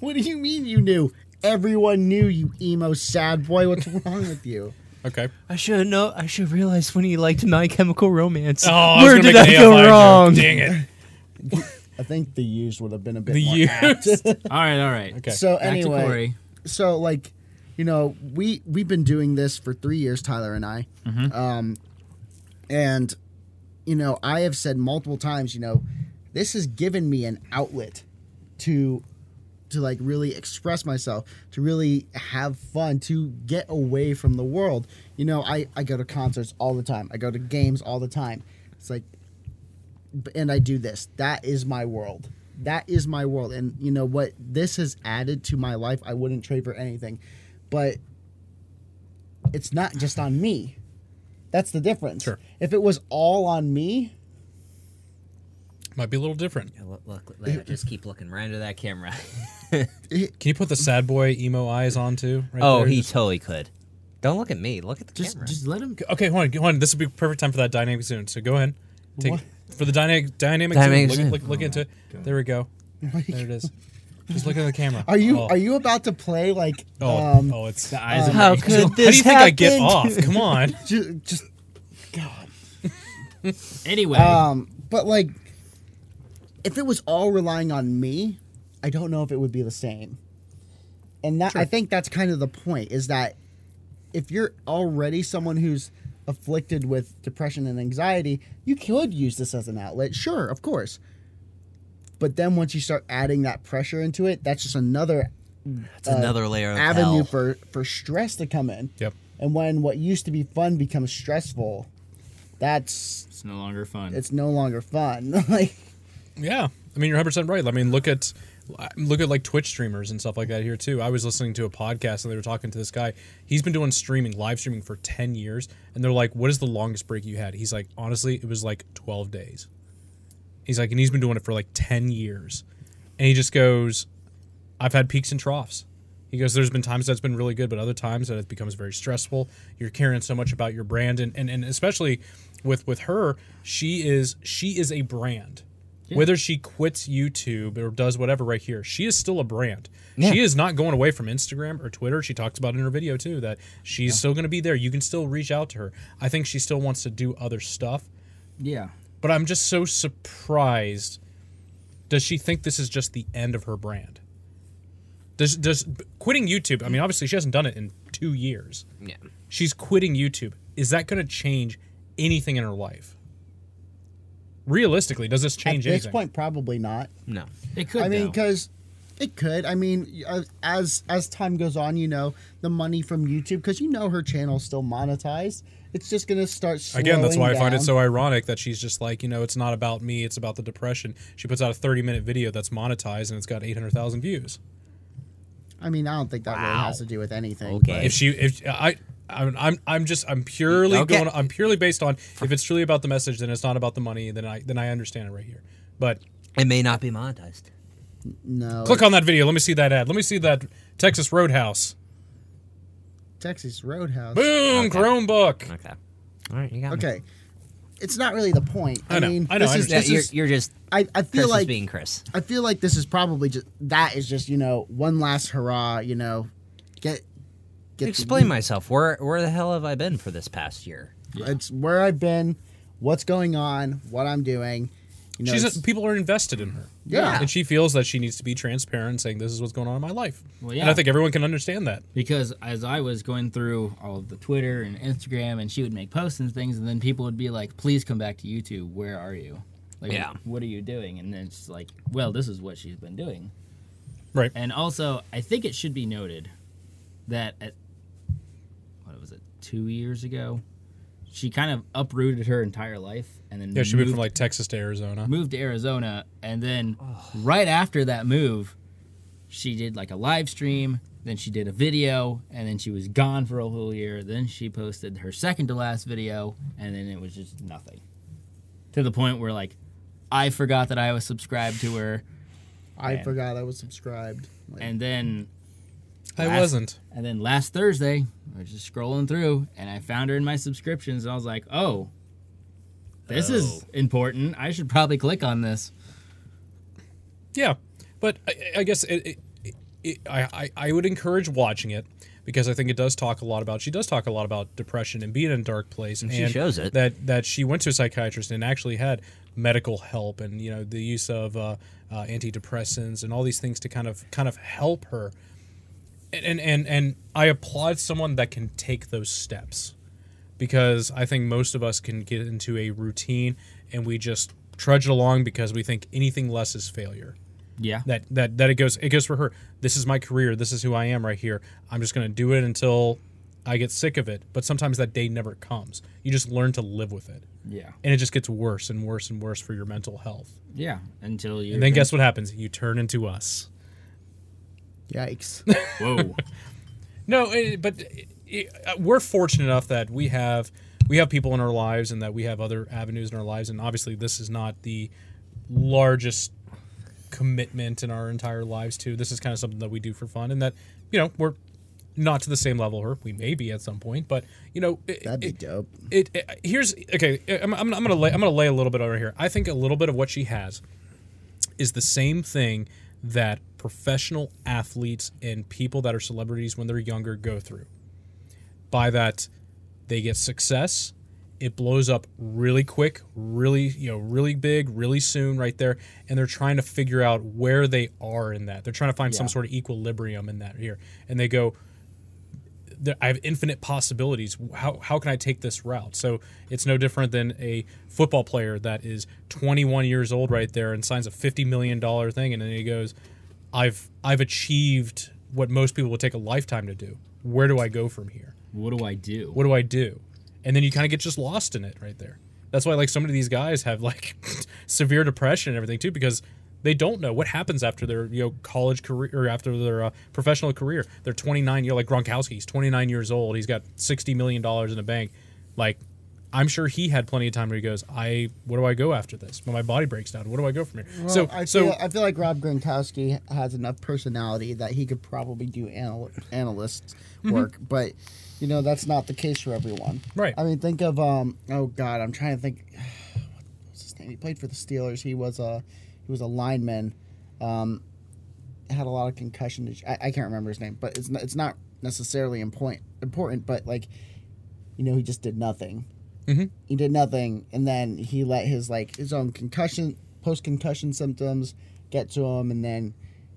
What do you mean you knew? Everyone knew you emo sad boy. What's wrong with you? Okay. I should know. I should realize when he liked My Chemical Romance. Oh, I was Where gonna did make that an go AFI joke. wrong? Dang [LAUGHS] it. I think the used would have been a bit The more apt. years. All right, all right. Okay. So Back anyway, to Corey. so like you know we we've been doing this for three years tyler and i um and you know i have said multiple times you know this has given me an outlet to to like really express myself to really have fun to get away from the world you know i i go to concerts all the time i go to games all the time it's like b- and I do this. That is my world. That is my world. And you know what? This has added to my life. I wouldn't trade for anything. But it's not just on me. That's the difference. Sure. If it was all on me, Might be a little different. Yeah, Look, look, look, just keep looking right into that camera. [LAUGHS] Can you put the sad boy emo eyes on too? Right oh, there? he Just- totally could. Don't look at me. Look at the Just, camera. just let him. Go. okay, hold on, hold on. This would be perfect time for that dynamic zoom. So go ahead, take for the dynamic dynamic, Dynamic zoom. zoom. Look, look, look Oh into. it. There we go. There it [LAUGHS] is. Just look at the camera. are you Oh, are you about to play like Oh, um oh, it's. The eyes. How of could How do this you think I get happen? off? Come [LAUGHS] on. ju- just Anyway, um but like if it was all relying on me, I don't know if it would be the same. And that I think that's kind of the point is that if you're already someone who's afflicted with depression and anxiety, you could use this as an outlet. Sure, of course. But then once you start adding that pressure into it, that's just another It's another layer of avenue hell. for for stress to come in. Yep. And when what used to be fun becomes stressful, that's it's no longer fun. it's no longer fun. [LAUGHS] like Yeah, I mean you're 100 percent right. I mean look at look at like Twitch streamers and stuff like that here too. I was listening to a podcast and they were talking to this guy. He's been doing streaming, live streaming for 10 years, and they're like, "What is the longest break you had?" He's like, "Honestly, it was like 12 days." He's like, and he's been doing it for like 10 years, and he just goes, "I've had peaks and troughs." He goes, there's been times that's been really good, but other times that it becomes very stressful. You're caring so much about your brand, and, and, and especially with with her, she is she is a brand. Whether she quits YouTube or does whatever right here, she is still a brand. She is not going away from Instagram or Twitter. She talks about in her video too that she's still going to be there. You can still reach out to her. I think she still wants to do other stuff, yeah. but I'm just so surprised. Does she think this is just the end of her brand? Does does quitting YouTube? I mean, obviously she hasn't done it in two years. [LAUGHS] Yeah. She's quitting YouTube. Is that going to change anything in her life? Realistically, does this change At this anything? point, probably not. No. It could. I mean, though. because it could. I mean, uh, as as time goes on, you know, the money from YouTube, because you know her channel's still monetized. It's just gonna start. Slowing Again, that's why I find it down. so ironic that she's just like, you know, it's not about me, it's about the depression. She puts out a 30 minute video that's monetized and it's got 800,000 views. I mean, I don't think that really has to do with anything. Okay. If she, if I, I'm, I'm, I'm just, I'm purely Okay. going, I'm purely based on if it's truly about the message, then it's not about the money, then I, then I understand it right here. But It may not be monetized. No. click on that video. Let me see that ad. Let me see that Texas Roadhouse. Texas Roadhouse. Boom, Chromebook. Okay. All right, you got me. Okay. It's not really the point. I, I know, mean, I know, this I is Yeah, understand. this you're, is. you're just I, I feel Chris is like being Chris. I feel like this is probably just that is just you know one last hurrah. You know, get get the- Explain myself. Where where the hell have I been for this past year? It's where I've been, what's going on, what I'm doing. You know, She's it's- a, people are invested in her. Yeah. And she feels that she needs to be transparent, saying this is what's going on in my life. Well, And I yeah. think everyone can understand that. because as I was going through all of the Twitter and Instagram, and she would make posts and things, and then people would be like, "Please come back to YouTube. Where are you? Like, Yeah. what are you doing?" And then it's like, "Well, this is what she's been doing." Right. And also, I think it should be noted that at what was it, two years ago, she kind of uprooted her entire life, and then Yeah, she moved moved- from like Texas to Arizona. moved to Arizona, and then right after that move, she did like a live stream. Then she did a video, and then she was gone for a whole year. Then she posted her second to last video, and then it was just nothing. To the point where like, I forgot that I was subscribed to her, I forgot I was subscribed. Like, and then I Last- wasn't. and then last Thursday, I was just scrolling through, and I found her in my subscriptions, and I was like, oh. This Oh. is important. I should probably click on this. Yeah, but I, I guess it, it, it, I, I I would encourage watching it because I think it does talk a lot about she does talk a lot about depression and being in a dark place and she shows it. that that she went to a psychiatrist and actually had medical help and you know the use of uh, uh, antidepressants and all these things to kind of kind of help her and and and, and I applaud someone that can take those steps because I think most of us can get into a routine and we just trudge along because we think anything less is failure Yeah. that that that it goes it goes for her this is my career this is who i am right here i'm just going to do it until i get sick of it but sometimes that day never comes you just learn to live with it Yeah. and it just gets worse and worse and worse for your mental health Yeah, until you. and then guess what happens you turn into us [LAUGHS] yikes! Whoa. No, it, but it, it, uh, we're fortunate enough that we have we have people in our lives and that we have other avenues in our lives, and obviously this is not the largest commitment in our entire lives to. This is kind of something that we do for fun, and that you know we're not to the same level her we may be at some point but you know it, That'd be it- dope. it, it- here's okay I'm, I'm, I'm gonna lay i'm gonna lay a little bit over here i think a little bit of what she has is the same thing that professional athletes and people that are celebrities when they're younger go through by that they get success it blows up really quick really you know really big really soon right there and they're trying to figure out where they are in that they're trying to find some Yeah. sort of equilibrium in that here and they go there, I have infinite possibilities. How, how can I take this route? So it's no different than a football player that is 21 years old right there and signs a 50 million dollar thing, and then he goes, "I've I've achieved what most people would take a lifetime to do. Where do I go from here? what do I do? What do I do?" And then you kind of get just lost in it right there. That's why like so many of these guys have like [LAUGHS] severe depression and everything too because they don't know what happens after their you know college career or after their uh, professional career. They're 29. You know, like Gronkowski, he's 29 years old. He's got 60 million dollars in the bank. Like, I'm sure he had plenty of time where he goes, "I, what do I go after this? When my body breaks down, what do I go from here?" so, I feel, so I feel like Rob Gronkowski has enough personality that he could probably do anal- analyst work, but you know that's not the case for everyone. Mm-hmm. Right. I mean, think of um. Oh God, I'm trying to think. [SIGHS] What's his name? He played for the Steelers. He was a he was a lineman. Um, had a lot of concussion. is- I, I can't remember his name, but it's not, it's not necessarily important. Important, but like, you know, he just did nothing. Mhm. He did nothing, and then he let his like his own concussion, post concussion symptoms get to him, and then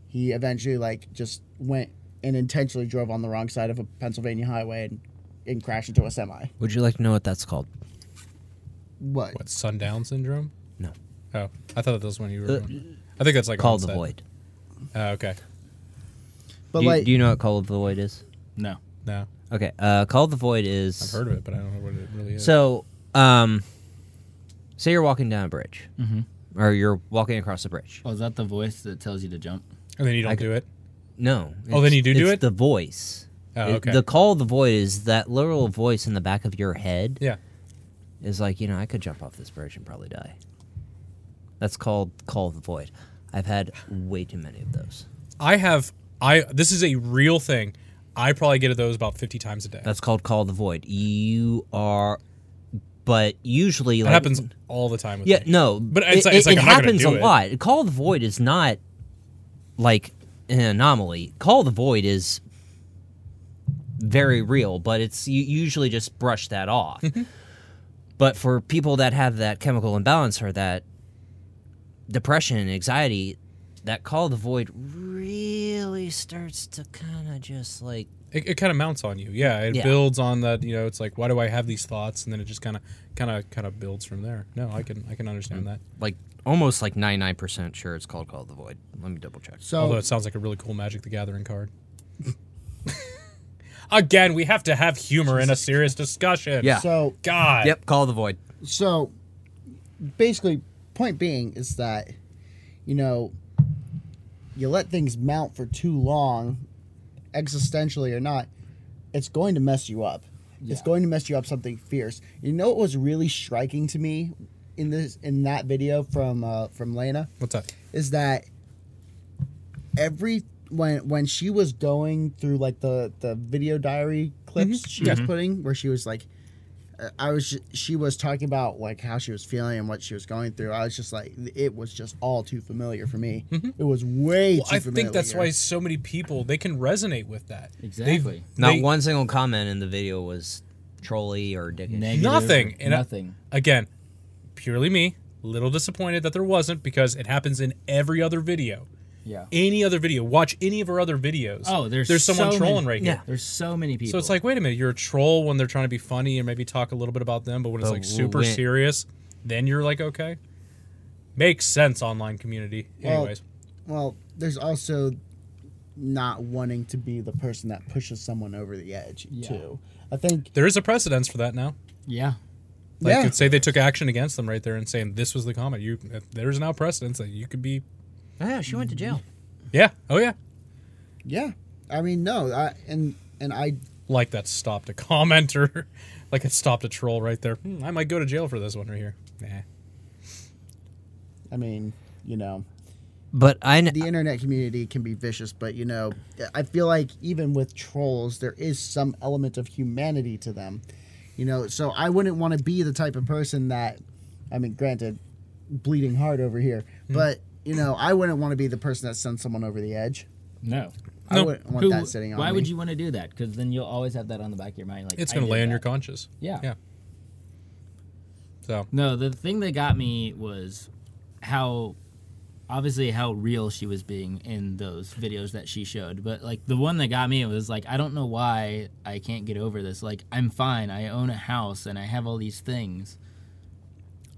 he eventually like just went and intentionally drove on the wrong side of a Pennsylvania highway and, and crashed into a semi. Would you like to know what that's called? What? what sundown syndrome? No. Oh, I thought that was when you were. I think that's like Call on the set. Void. Oh, okay. But do, you- like, do you know what Call of the Void is? No. No, Okay, uh, Call of the Void is. I've heard of it, but I don't know what it really is. So, um, say you're walking down a bridge, or you're walking across a bridge. Oh, is that the voice that tells you to jump? and then you don't do it. No. Oh, then it's- you do do it's it? The voice. Oh, It- okay. the call of the void is that literal voice in the back of your head. yeah. Is like you know I could jump off this bridge and probably die. That's called call of the void. I've had way too many of those. I have. I. This is a real thing. I probably get those about fifty times a day. That's called call of the void. You are, but usually that like, happens all the time. With Yeah, me. no, But it- it's like- it, it's like, it I'm not gonna happens do a it. lot. Call of the Void is not like an anomaly. Call of the Void is very real, but it's you usually just brush that off. Mm-hmm. but for people that have that chemical imbalance or that depression and anxiety, that Call of the Void really starts to kind of just like It, it kind of mounts on you. Yeah. It Yeah. builds on that. You know, it's like, why do I have these thoughts? And then it just kind of, kind of, kind of builds from there. No, I can, I can understand that. like almost like 99% sure it's called Call of the Void. Let me double check. Oh. So Although it sounds like a really cool Magic the Gathering card. [LAUGHS] Again, we have to have humor in a serious discussion. Yeah. so God. Yep, Call of the Void. so basically point being is that you know you let things mount for too long existentially or not it's going to mess you up it's going to mess you up something fierce you know what was really striking to me in this in that video from uh from lena What's that? is that every when when she was going through like the the video diary clips Mm-hmm. she was putting where she was like uh, I was ju- she was talking about like how she was feeling and what she was going through. I was just like it was just all too familiar for me. It was way too Mm-hmm. I familiar. think that's why so many people they can resonate with that. They've- Exactly. Not they- one single comment in the video was trolly or dickish. Negative, Nothing, and I- nothing. Again, purely me. Little disappointed that there wasn't because it happens in every other video. yeah. Any other video, watch any of our other videos. Oh, there's there's someone so trolling many- right here. Yeah. There's so many people. So it's like, wait a minute, you're a troll when they're trying to be funny and maybe talk a little bit about them, but when it's But like super when- serious, then you're like, okay, makes sense. Online community, Well, anyways. Well, there's also not wanting to be the person that pushes someone over the edge Yeah. too. I think there is a precedence for that now. yeah. Like, Yeah. could say they took action against them right there and saying this was the comment. You, there's now precedence that you could be. Yeah, she went to jail. Yeah. Oh yeah. yeah. I mean no, I and and I Like that stopped a [LAUGHS] commenter. like it stopped a troll right there. Hmm, I might go to jail for this one right here. Nah. I mean, you know, But I kn- the internet community can be vicious, but you know, I feel like even with trolls, there is some element of humanity to them. You know, so I wouldn't want to be the type of person that, I mean, granted, bleeding heart over here, Mm. but you know, I wouldn't want to be the person that sends someone over the edge. No. I No. wouldn't want Who- that sitting on why me. would you want to do that? Because then you'll always have that on the back of your mind. Like It's I gonna did lay on your that. conscience. Yeah. Yeah. So No, the thing that got me was how obviously how real she was being in those videos that she showed. But like the one that got me was like I don't know why I can't get over this. Like I'm fine. I own a house and I have all these things.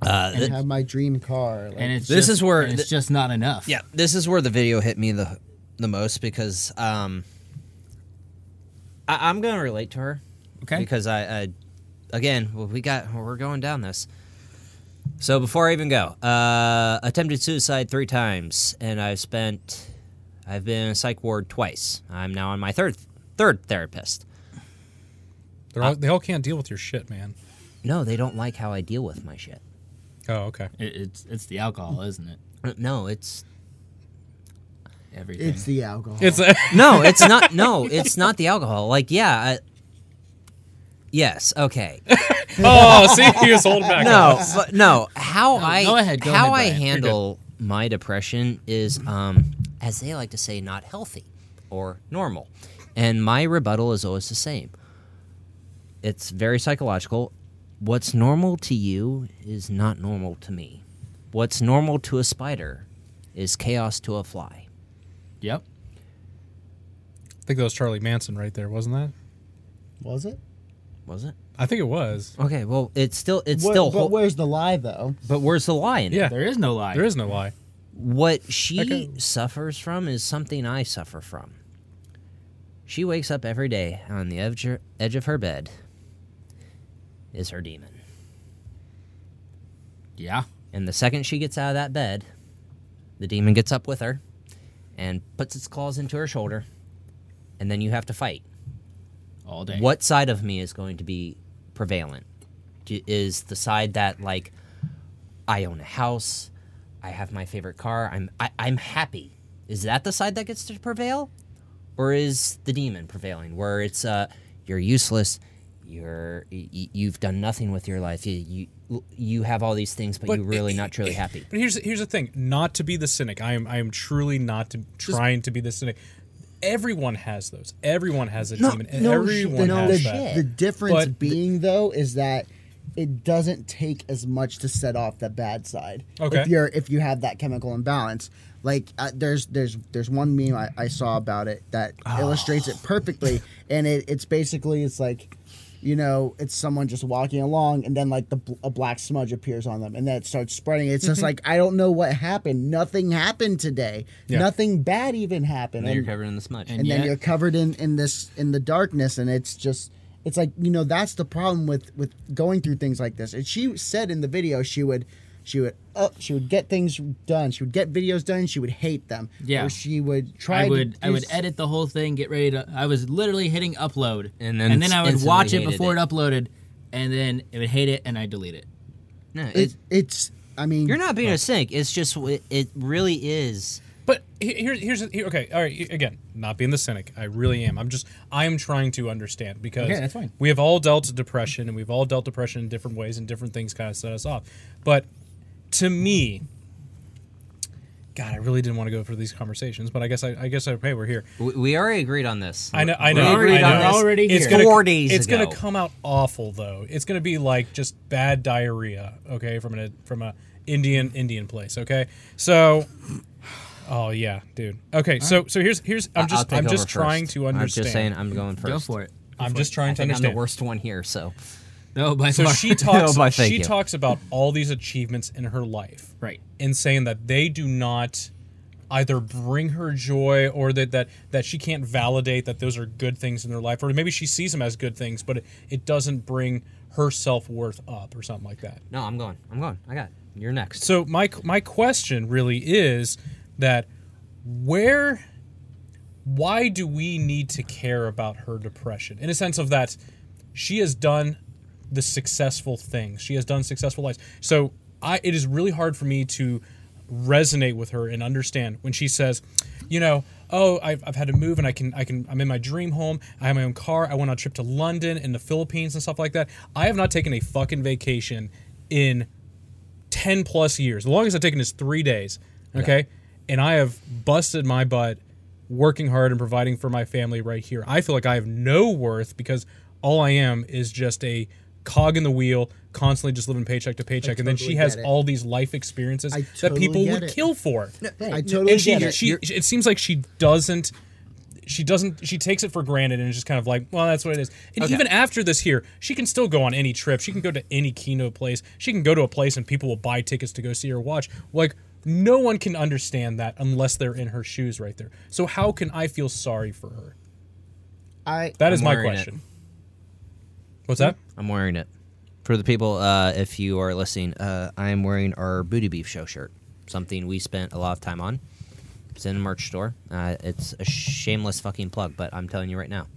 uh, And have my dream car? Like, And it's This just- is where and it's the- just not enough. yeah, this is where the video hit me the the most because um, I, I'm gonna relate to her Okay. because I, I again well, we got we're going down this. So before I even go, uh, attempted suicide three times, and I've spent I've been in a psych ward twice. I'm now on my third third therapist. they're all, they all can't deal with your shit, man. No, they don't like how I deal with my shit. Oh okay. It, it's it's the alcohol, isn't it? No, it's Everything. it's the alcohol. It's a, [LAUGHS] no, it's not. No, it's not the alcohol. Like, yeah. I, yes. [LAUGHS] Okay. oh see he was holding back. No, but no. How I go ahead, go ahead, how I Brian. You're handle my depression is, um, as they like to say, not healthy or normal, and my rebuttal is always the same. It's very psychological. What's normal to you is not normal to me. What's normal to a spider is chaos to a fly. Yep. I think that was Charlie Manson right there, wasn't that? was it? Was it? I think it was. Okay, well, it's still it's Where- still but whole, where's the lie though? but where's the lie in it? Yeah, There is no lie. there is no lie. What she Okay. suffers from is something I suffer from. She wakes up every day on the edge, edge of her bed is her demon. Yeah. And the second she gets out of that bed, the demon gets up with her and puts its claws into her shoulder, and then you have to fight. All day. What side of me is going to be prevalent? D- Is the side that like I own a house, I have my favorite car, I'm I, I'm happy. Is that the side that gets to prevail, or is the demon prevailing? Where it's uh, you're useless, you're y- y- you've done nothing with your life. You you, you have all these things, but, But- you're really not truly [LAUGHS] happy. But here's here's the thing. Not to be the cynic. I am I am truly not to, trying to be the cynic. Everyone has those. Everyone has a No- demon. no Everyone shit, no has shit. that. The difference But- being though is that it doesn't take as much to set off the bad side. Okay. If you're if you have that chemical imbalance, like uh, there's there's there's one meme I, I saw about it that Ah. illustrates it [LAUGHS] perfectly, and it, it's basically it's like. You know, it's someone just walking along, and then like the bl- a black smudge appears on them, and then it starts spreading. It's Mm-hmm. just like I don't know what happened. Nothing happened today. Yeah. Nothing bad even happened. You're And- covered in this much. And and then yet- you're covered in in this in the darkness and it's just it's like you know that's the problem with with going through things like this and she said in the video she would she would up she would get things done she would get videos done she would hate them Yeah. or she would try I to would I do would s- edit the whole thing, get ready to. I was literally hitting upload, And then I would watch it instantly hated before it. it. uploaded, and then it would hate it, and I delete it. No, it, it's- it's i mean you're not being a cynic. It's just it, it really is. But he- here, here's here, okay. All right, he- again, not being the cynic, I really am. I'm just I am trying to understand because Okay, that's fine. we have all dealt with depression and we've all dealt depression in different ways and different things kind of set us off. But to me, God, I really didn't want to go for these conversations, but I guess I, I guess I, hey, we're here. We, we already agreed on this. I know, I We know, agreed I on know. this. already it's here. Gonna, Four days It's ago. gonna come out awful though. It's gonna be like just bad diarrhea. Okay, from an from a Indian Indian place. Okay, so. Oh yeah, dude. Okay, so so here's here's I'm I'll just take I'm over just trying first. to understand. I'm just saying I'm going first. Go for it. I'm just trying I to think I'm understand. the worst one here, so No, by So far. [LAUGHS] she talks. Oh, my, thank she you. talks about all these achievements in her life, Right. And saying that they do not either bring her joy or that that that she can't validate that those are good things in their life, or maybe she sees them as good things, but it, it doesn't bring her self worth up or something like that. no, I'm going. I'm going. I got. It. You're next. So my my question really is that where why do we need to care about her depression in a sense of that she has done the successful things she has done successful lives so i it is really hard for me to resonate with her and understand when she says you know oh i've, I've had to move and i can i can i'm in my dream home i have my own car i went on a trip to london and the philippines and stuff like that i have not taken a fucking vacation in 10 plus years. The longest I've taken is three days. Okay. And I have busted my butt working hard and providing for my family right here. I feel like I have no worth because all I am is just a cog in the wheel, constantly just living paycheck to paycheck. and then she totally has get it. all these life experiences I that totally people get would it. kill for. i totally and she, get it she, it seems like she doesn't. She doesn't. She takes it for granted and is just kind of like, well, that's what it is. And even after this here, she can still go on any trip. She can go to any keynote place. She can go to a place and people will buy tickets to go see her watch. Like no one can understand that unless they're in her shoes right there. So how can I feel sorry for her? i That is I'm my wearing it. question. What's that? I'm wearing it. For the people, uh, if you are listening, uh, I am wearing our Booty Beef Show shirt. Something we spent a lot of time on. It's in the merch store. Uh, it's a shameless fucking plug, but I'm telling you right now,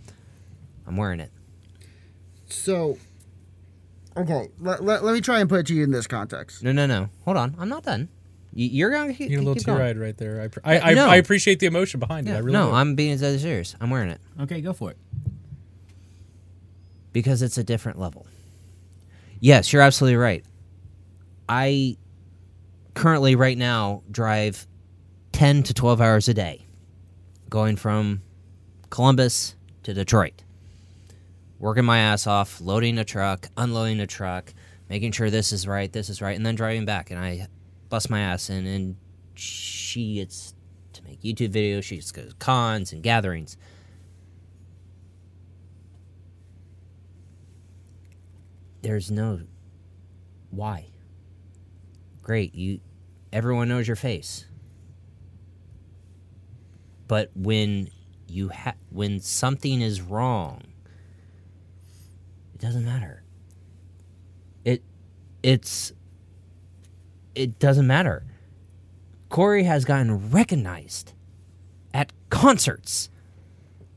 I'm wearing it. so okay let, let, let me try and put it to you in this context No, no, no. Hold on. I'm not done. Y- You're gonna keep, You're a little keep tear going. Uh, eyed right there. I pr- I, I, No. I appreciate the emotion behind it. Yeah. I really no, do. I'm being dead serious. I'm wearing it. [LAUGHS] Okay, go for it. because it's a different level. Yes, you're absolutely right. I currently, right now, drive 10 to 12 hours a day going from Columbus to Detroit. Working my ass off, loading a truck, unloading a truck, making sure this is right, this is right, and then driving back. And I bust my ass in, and she gets to make YouTube videos, she gets to go to cons and gatherings. there's no why. Great, you everyone knows your face. But when you ha- when something is wrong, it doesn't matter. It it's it doesn't matter. Corey has gotten recognized at concerts.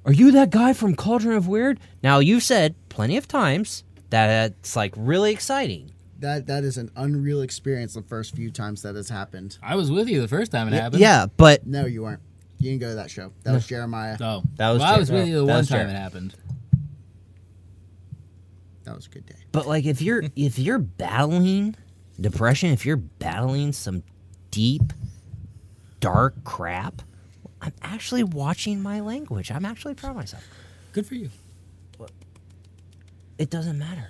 Are you that guy from Cauldron of Weird? Now you've said plenty of times that it's like really exciting. That that is an unreal experience. The first few times that has happened. I was with you the first time it happened. Yeah, but No, you weren't. You didn't go to that show. That was Jeremiah. Oh, That was well, I Jer- was with you the that one was time Jer- it happened. That was a good day. [LAUGHS] but like if [LAUGHS] you're if you're battling depression, if you're battling some deep dark crap, I'm actually watching my language. I'm actually proud of myself. Good for you. It doesn't matter.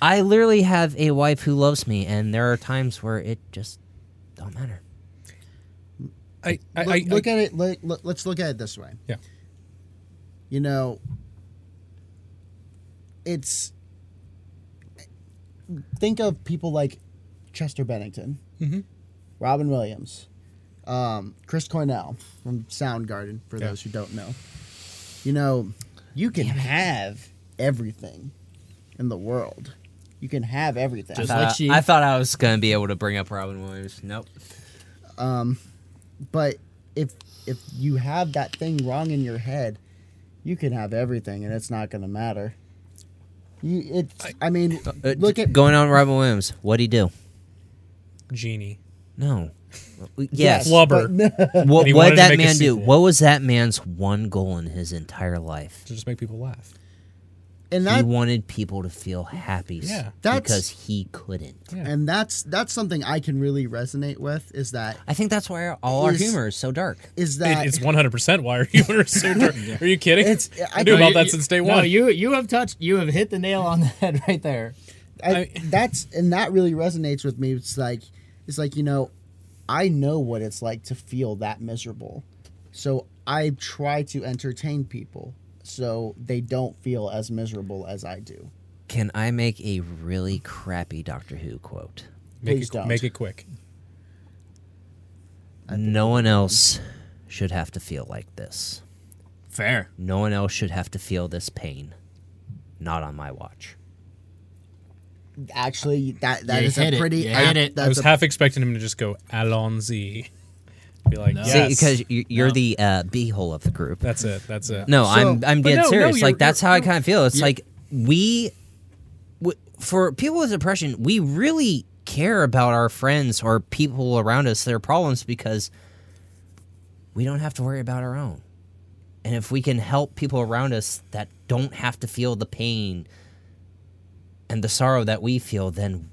I literally have a wife who loves me and there are times where it just don't matter. I, I, Look, I, look I, at it. Look, look, let's look at it this way. yeah. You know, it's think of people like Chester Bennington, Mm-hmm. Robin Williams, um, Chris Cornell from Soundgarden. For Yeah. those who don't know, you know, you can have everything in the world. You can have everything. Just like she. Uh, I thought I was gonna be able to bring up Robin Williams. Nope. but if if you have that thing wrong in your head, you can have everything, and it's not going to matter. You, it's. I, uh, mean, look at Uh, going on Robin Williams. What'd he do? Genie. No. Yes. Flubber. but no- What And he what wanted did to that make a man do? sequel. What was that man's one goal in his entire life? To just make people laugh. and he that wanted people to feel happy s- Yeah. That's- because he couldn't. Yeah. and that's that's something I can really resonate with. Is that I think that's why all our Is- humor is so dark. is It- that it's 100% why are you under so [LAUGHS] dark? Are you kidding? It's- I, I- knew No, about you- that you- since day No, one. you you have touched. You have hit the nail on the [LAUGHS] head right there. I, [LAUGHS] I- that's and that really resonates with me. It's like it's like you know, I know what it's like to feel that miserable, so I try to entertain people so they don't feel as miserable as I do. Can I make a really crappy Doctor Who quote? make, please it, don't. make it quick. No one else should have to feel like this. Fair. No one else should have to feel this pain. Not on my watch. Actually, that that You is hit a it. pretty. You I- hit it. I That's was a, half expecting him to just go, Alonzi. Be like, No. See, yes. because you- you're No. the uh, beehole of the group. that's it. That's it. No, I'm So- I'm But dead no, no, serious. you're- like that's you're- how I kind of feel. It's like we, w- for people with depression, we really care about our friends or people around us their problems because we don't have to worry about our own. And if we can help people around us that don't have to feel the pain and the sorrow that we feel, then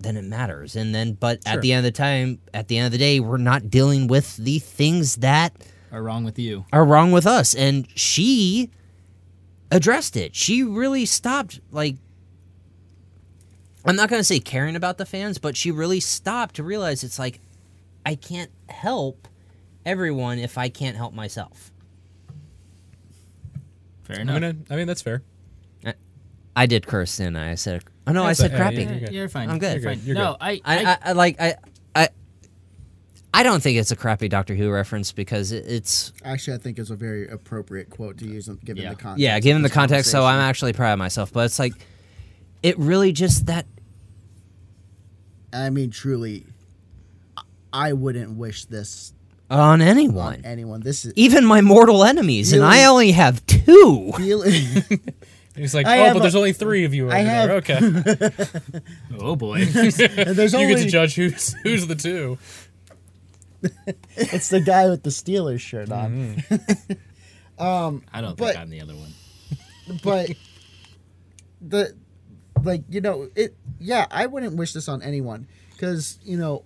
then it matters. And then but Sure. at the end of the time, at the end of the day, we're not dealing with the things that Are wrong with you? are wrong with us and she addressed it she really stopped like i'm not going to say caring about the fans but she really stopped to realize it's like i can't help everyone if i can't help myself Fair I enough. mean, I, I mean, that's fair. i did curse didn't i i said oh no i That's said a- crappy yeah, you're, good. you're fine. I'm good. You're You're fine. good. You're no, good. I, I, I, I, I like i i i don't think it's a crappy doctor who reference because it, it's actually, I think is a very appropriate quote to use in- given Yeah. the context. yeah given the of this context so i'm Uh, conversation. actually proud of myself but it's like it really just that I mean, truly, I- I wouldn't wish this on anyone anyone. This [LAUGHS] is even my mortal enemies, and I Really? only have two. feeling. And he's like, I oh, have but a- there's only three of you over I have- there. [LAUGHS] Okay. you [LAUGHS] oh boy. There's only get to judge who's, who's the two. it's the guy with the Steelers shirt on. Mm-hmm. I don't But- think I'm the other one. [LAUGHS] but the like you know it yeah i wouldn't wish this on anyone because you know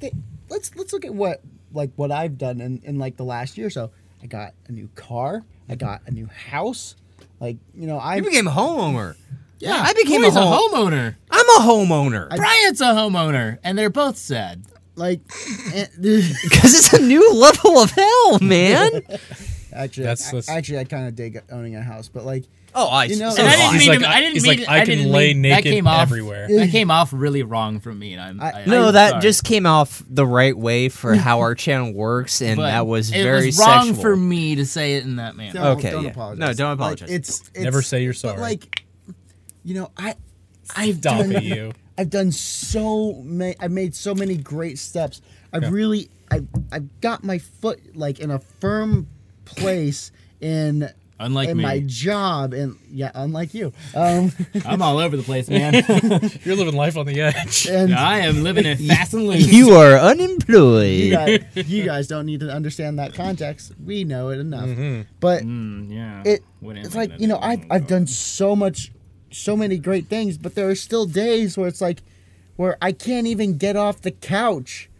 th- let's let's look at what like what i've done in, in like the last year or so i got a new car i got a new house like you know i You became a homeowner. yeah I became Boy's a, a home- homeowner. I'm a homeowner. Bryant's a homeowner, and they're both sad. [LAUGHS] Like, eh, Because it's a new [LAUGHS] level of hell, man. actually, That's- that's- actually, I kind of dig owning a house, but like, oh, I. You know- so And I do didn't He's mean like, to, I- I didn't he's mean like, I can didn't lay mean- naked that came off, everywhere. That came off really wrong from me, and I'm I- I, No, I'm that sorry. just came off the right way for how our channel works, and But that was it very was wrong sexual. for me to say it in that manner. don't, Okay, don't yeah. apologize. No, Like, don't apologize. it's, it's Never say you're sorry. But like, you know, I, I've Stop done it, you. I've done so many. I've made so many great steps. I've really, I've, I've got my foot like in a firm place in. Unlike in me. my job, and yeah, unlike you, um, [LAUGHS] Oh, I'm all over the place, [LAUGHS] man. You're living life on the [LAUGHS] edge. and I am living it fast and loose. [LAUGHS] You are unemployed. you, guys, you guys don't need to understand that context. We know it enough, but Mm, yeah. it What am it's I like gonna you know do? I've I've done so much, so many great things, but there are still days where it's like, where I can't even get off the couch,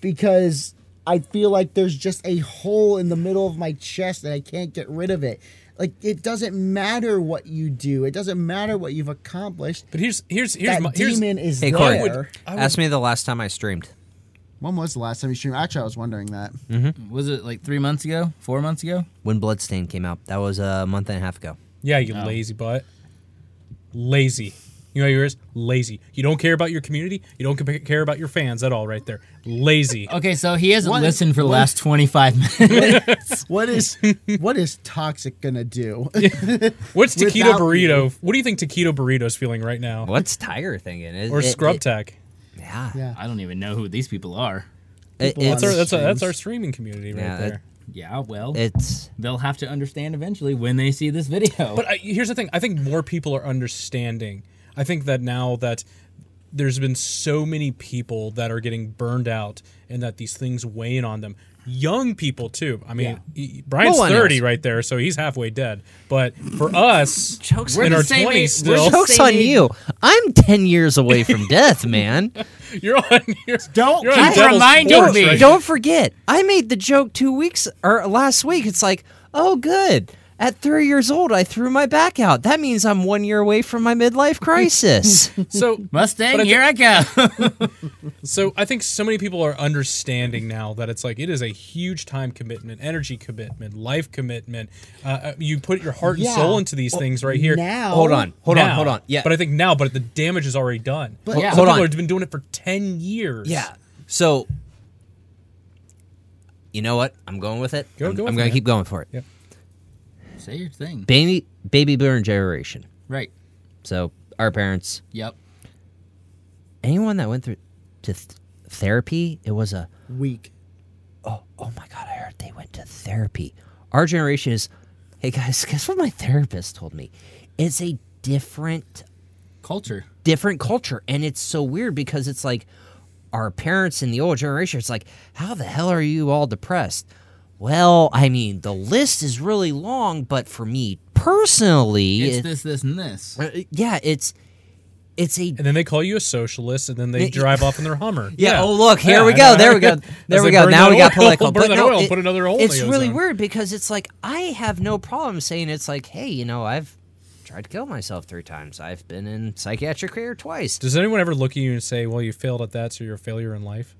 because I feel like there's just a hole in the middle of my chest and I can't get rid of it. Like it doesn't matter what you do, it doesn't matter what you've accomplished. But here's here's here's That my here's demon is Hey, Corey, there. I would- ask me the last time I streamed. When was the last time you streamed? Actually, I was wondering [LAUGHS] that. Was it like three months ago? Four months ago? When Bloodstain came out, that was a month and a half ago. yeah, you lazy butt. Lazy. You know yours lazy. You don't care about your community. You don't compa- care about your fans at all. Right there, lazy. Uh, Okay, so he hasn't What- listened for the last 25 [LAUGHS] [LAUGHS] minutes. What is what is toxic [LAUGHS] gonna do? What's Taquito Without Burrito? What do you think Taquito Burrito is feeling right now? What's Tiger thinking? It- Or it- Scrub it- Tech? Yeah. Yeah. I don't even know who these people are. It- People it's, That's our that's, our that's streams. our streaming community right Yeah, that- there. Yeah, well, it's they'll have to understand eventually when they see this video. But I, here's the thing: I think more people are understanding. I think that now that there's been so many people that are getting burned out, and that these things weighing on them. Young people too. I mean, e- Brian's Millennials. thirty right there, so he's halfway dead. But for us, Jokes in the our same twenties, age- we're still, so- jokes on Saying- you. I'm ten years [LAUGHS] away from death, man. [LAUGHS] you're on. You're, [LAUGHS] Don't you're keep on devil's reminding porch me. right Don't forget, I made the joke two weeks or last week. It's like, oh, good. At three years old, I threw my back out. That means I'm one year away from my midlife [LAUGHS] crisis. So Mustang, But I here I [LAUGHS] go. So I think so many people are understanding now that it's like it is a huge time commitment, energy commitment, life commitment. Uh, Uh, you put your heart and Yeah. soul into these things right here. Now, hold on, hold on, Oh. Now. hold on. Yeah, But I think now, but the damage is already done. But yeah. Hold people on. have been doing it for ten years. Yeah. So, you know what? I'm going with it. Go- I'm, go with I'm it, going man. to keep going for it. Yep. Say your thing. Baby, baby boomer generation. Right. So our parents, Yep. anyone that went through to th- therapy, it was a week. oh, oh my god, I heard they went to therapy. Our generation is, hey guys, [LAUGHS] guess what my therapist told me? It's a different Culture. different culture and it's so weird because it's like our parents in the old generation it's like how the hell are you all depressed well i mean the list is really long but for me personally It's it- this, this, and this. uh, yeah it's it's a And then they call you a socialist, and then they drive off in their Hummer. [LAUGHS] yeah, oh look here we I go know. [LAUGHS] there we go As there we they go burn now that we got oil, [LAUGHS] political burn but that no, oil, it- put another hole in it's the really ozone. weird because it's like i have no problem saying it's like hey you know i've tried to kill myself three times i've been in psychiatric care twice Does anyone ever look at you and say, "Well, you failed at that, so you're a failure in life"?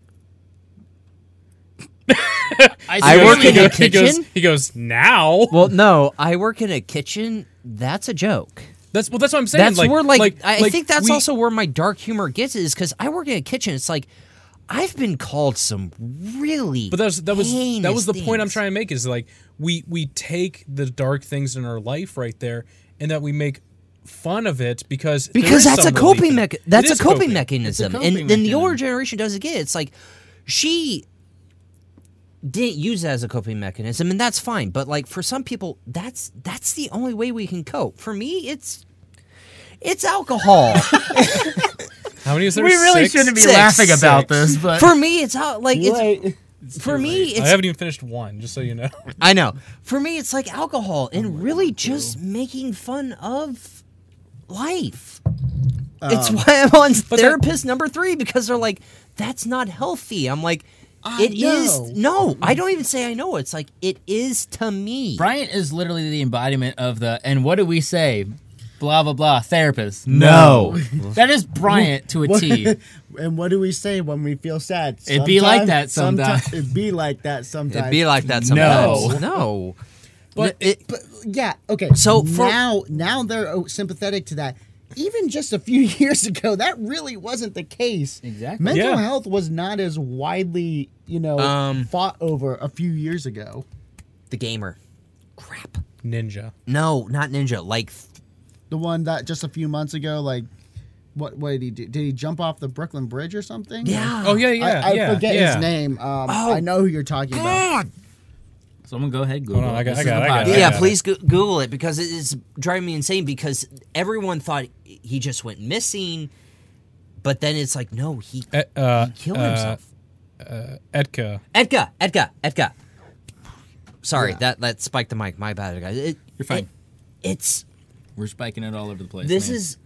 I work seriously in a don't- He goes. kitchen? He goes. Now. Well, no, I work in a kitchen. That's a joke. That's well. That's what I'm saying. That's like, where, like, I, I like, think that's we- also where my dark humor gets is because I work in a kitchen. It's like I've been called some really, But that was that was that was the heinous point I'm things. trying to make is like we we take the dark things in our life right there, and that we make fun of it because there because is that's a some coping relief. mecha- that's It a is coping, mechanism, coping and then the mechanism. older generation does it get. It's like she didn't use that as a coping mechanism, and that's fine. But like for some people, that's that's the only way we can cope. For me, it's it's alcohol. How many is there? We really Six? shouldn't be Six. laughing [LAUGHS] about Six. this, but for me, it's al- like it's Right. for me I it's haven't even finished one, just so you [LAUGHS] know. I know. For me, it's like alcohol and really just making fun of life. it's [LAUGHS] why I'm on therapist number three because they're like, that's not healthy. I'm like, it is know. No, I don't even say I know. It's like, it is to me. Bryant is literally the embodiment of the, and what do we say? blah blah blah therapist. No. That is Bryant to a [LAUGHS] T. and what do we say when we feel sad? It be like that sometime- sometime. It be like that sometimes. It'd be like that No. sometimes. No. But- N- it- But yeah, okay. So for- now, now they're oh, sympathetic to that. Even just a few [LAUGHS] years ago, that really wasn't the case. Exactly. Mental Yeah. health was not as widely, you know, Um, fought over a few years ago. the gamer. Crap. Ninja. No, not ninja. Like The one that just a few months ago, like, what? What did he do? Did he jump off the Brooklyn Bridge or something? yeah. Oh yeah, yeah, I, I yeah. forget yeah. his name. Um, Oh. Ah. I know who you're talking about. God. Someone go ahead Google. Hold on, I got- This I is got- the I got- podcast. I yeah, got please go- Google it because it is driving me insane. Because everyone thought he just went missing, but then it's like, no, he, E- uh, he killed uh, himself. Etka. Edka, Edka, Edka. Sorry, that that spiked the mic. My bad, guys. It, You're fine. it- it's We're spiking it all over the place. this man. is.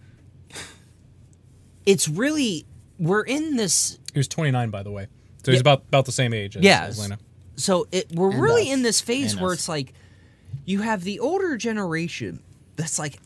It's really we're in this He was 29, by the way. So he's about about the same age as, Yeah. as Lena. So it, we're really us. in this phase And where us. it's like you have the older generation that's like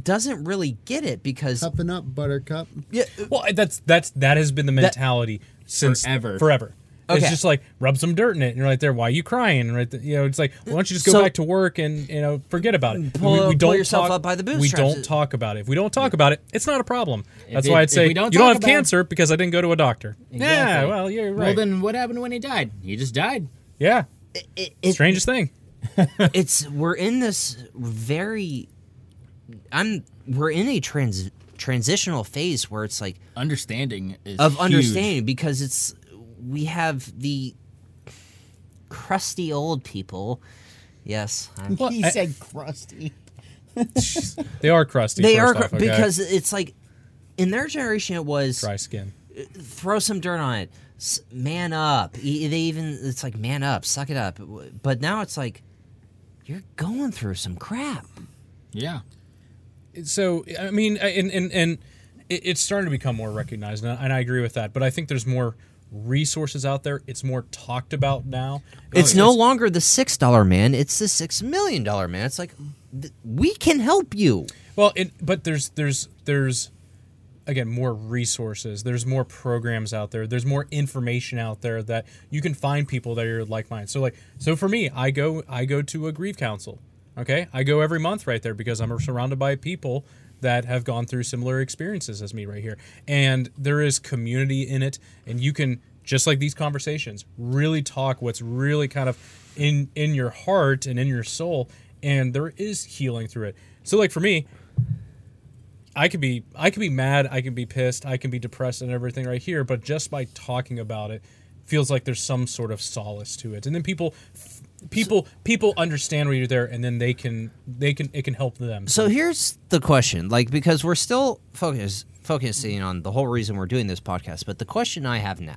doesn't really get it because Cup and up, Buttercup. yeah, Well, that's that's that has been the mentality since Forever. Forever. Okay. It's just like rub some dirt in it, and you're right there. Why are you crying? And right, there, you know, it's like why don't you just go So- back to work and you know forget about it. Pull- pull yourself up by the We bootstraps. don't talk about it. If we don't talk about it, it's not a problem. That's it- why I'd if say we don't you don't talk have about it- cancer because I didn't go to a doctor. Yeah, Exactly. well, you're Well, right. then what happened when he died? He just died. yeah, it, it, strangest thing. it's we're in this very I'm we're in a trans transitional phase where it's like Understanding is of huge. understanding because it's we have the crusty old people. Yes, I'm Well, he I- said crusty. They are crusty. they are first cr off, okay? because it's like in their generation it was dry skin. throw some dirt on it S- man up E- they even it's like man up suck it up but now it's like you're going through some crap Yeah. so I mean, and and and it- it's starting to become more recognized, and I, and I agree with that. But I think there's more resources out there. It's more talked about now. it's no longer the six dollar man it's the six million dollar man it's like th- we can help you well, it, but there's there's there's again more resources. There's more programs out there. There's more information out there that you can find people that are like minded. So like so for me, I go I go to a grief council. Okay, I go every month right there because I'm surrounded by people that have gone through similar experiences as me right here, and there is community in it, and you can just like these conversations really talk what's really kind of in in your heart and in your soul and there is healing through it so like for me I could be I could be mad, I can be pissed, I can be depressed and everything right here, but just by talking about it feels like there's some sort of solace to it. And then people people people understand why you're there and then they can they can it can help them. so here's the question like because we're still focus, focusing on the whole reason we're doing this podcast but the question i have now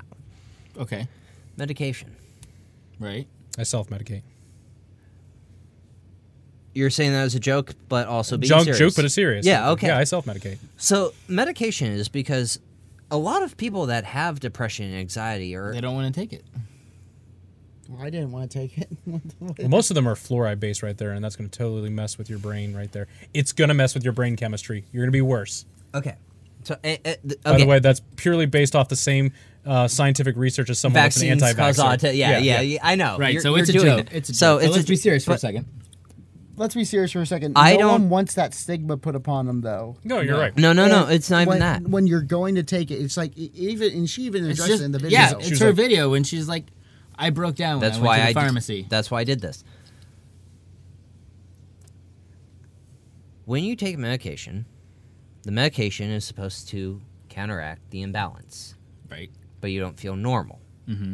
Okay. medication Right. I self-medicate. you're saying that as a joke but also being Junk serious. joke but it's serious. yeah okay Yeah, I self-medicate. So medication is because a lot of people that have depression and anxiety are They don't want to take it. Well, I didn't want to take it. [LAUGHS] Well, most of them are fluoride based right there and that's going to totally mess with your brain right there. It's going to mess with your brain chemistry. You're going to be worse. okay. So uh, uh, th- okay. By the way, that's purely based off the same uh, scientific research as someone vaccines that's an cause anti-vaccine. autism. Yeah, yeah, yeah, I know. Right. You're- so you're it's a doing joke. it. It's a joke. so But it's let's a, be serious for a but- second. Let's be serious for a second. I no don't- one wants that stigma put upon them, though. No, you're right. No, no, no. And It's not even when, that. When you're going to take it, it's like e- even and she even It's addressed just, it in the video. yeah, She it's was her like- video when she's like, I broke down when That's I why went I to did- the pharmacy. that's why I did this. When you take medication, the medication is supposed to counteract the imbalance, right. but you don't feel normal. Mm-hmm.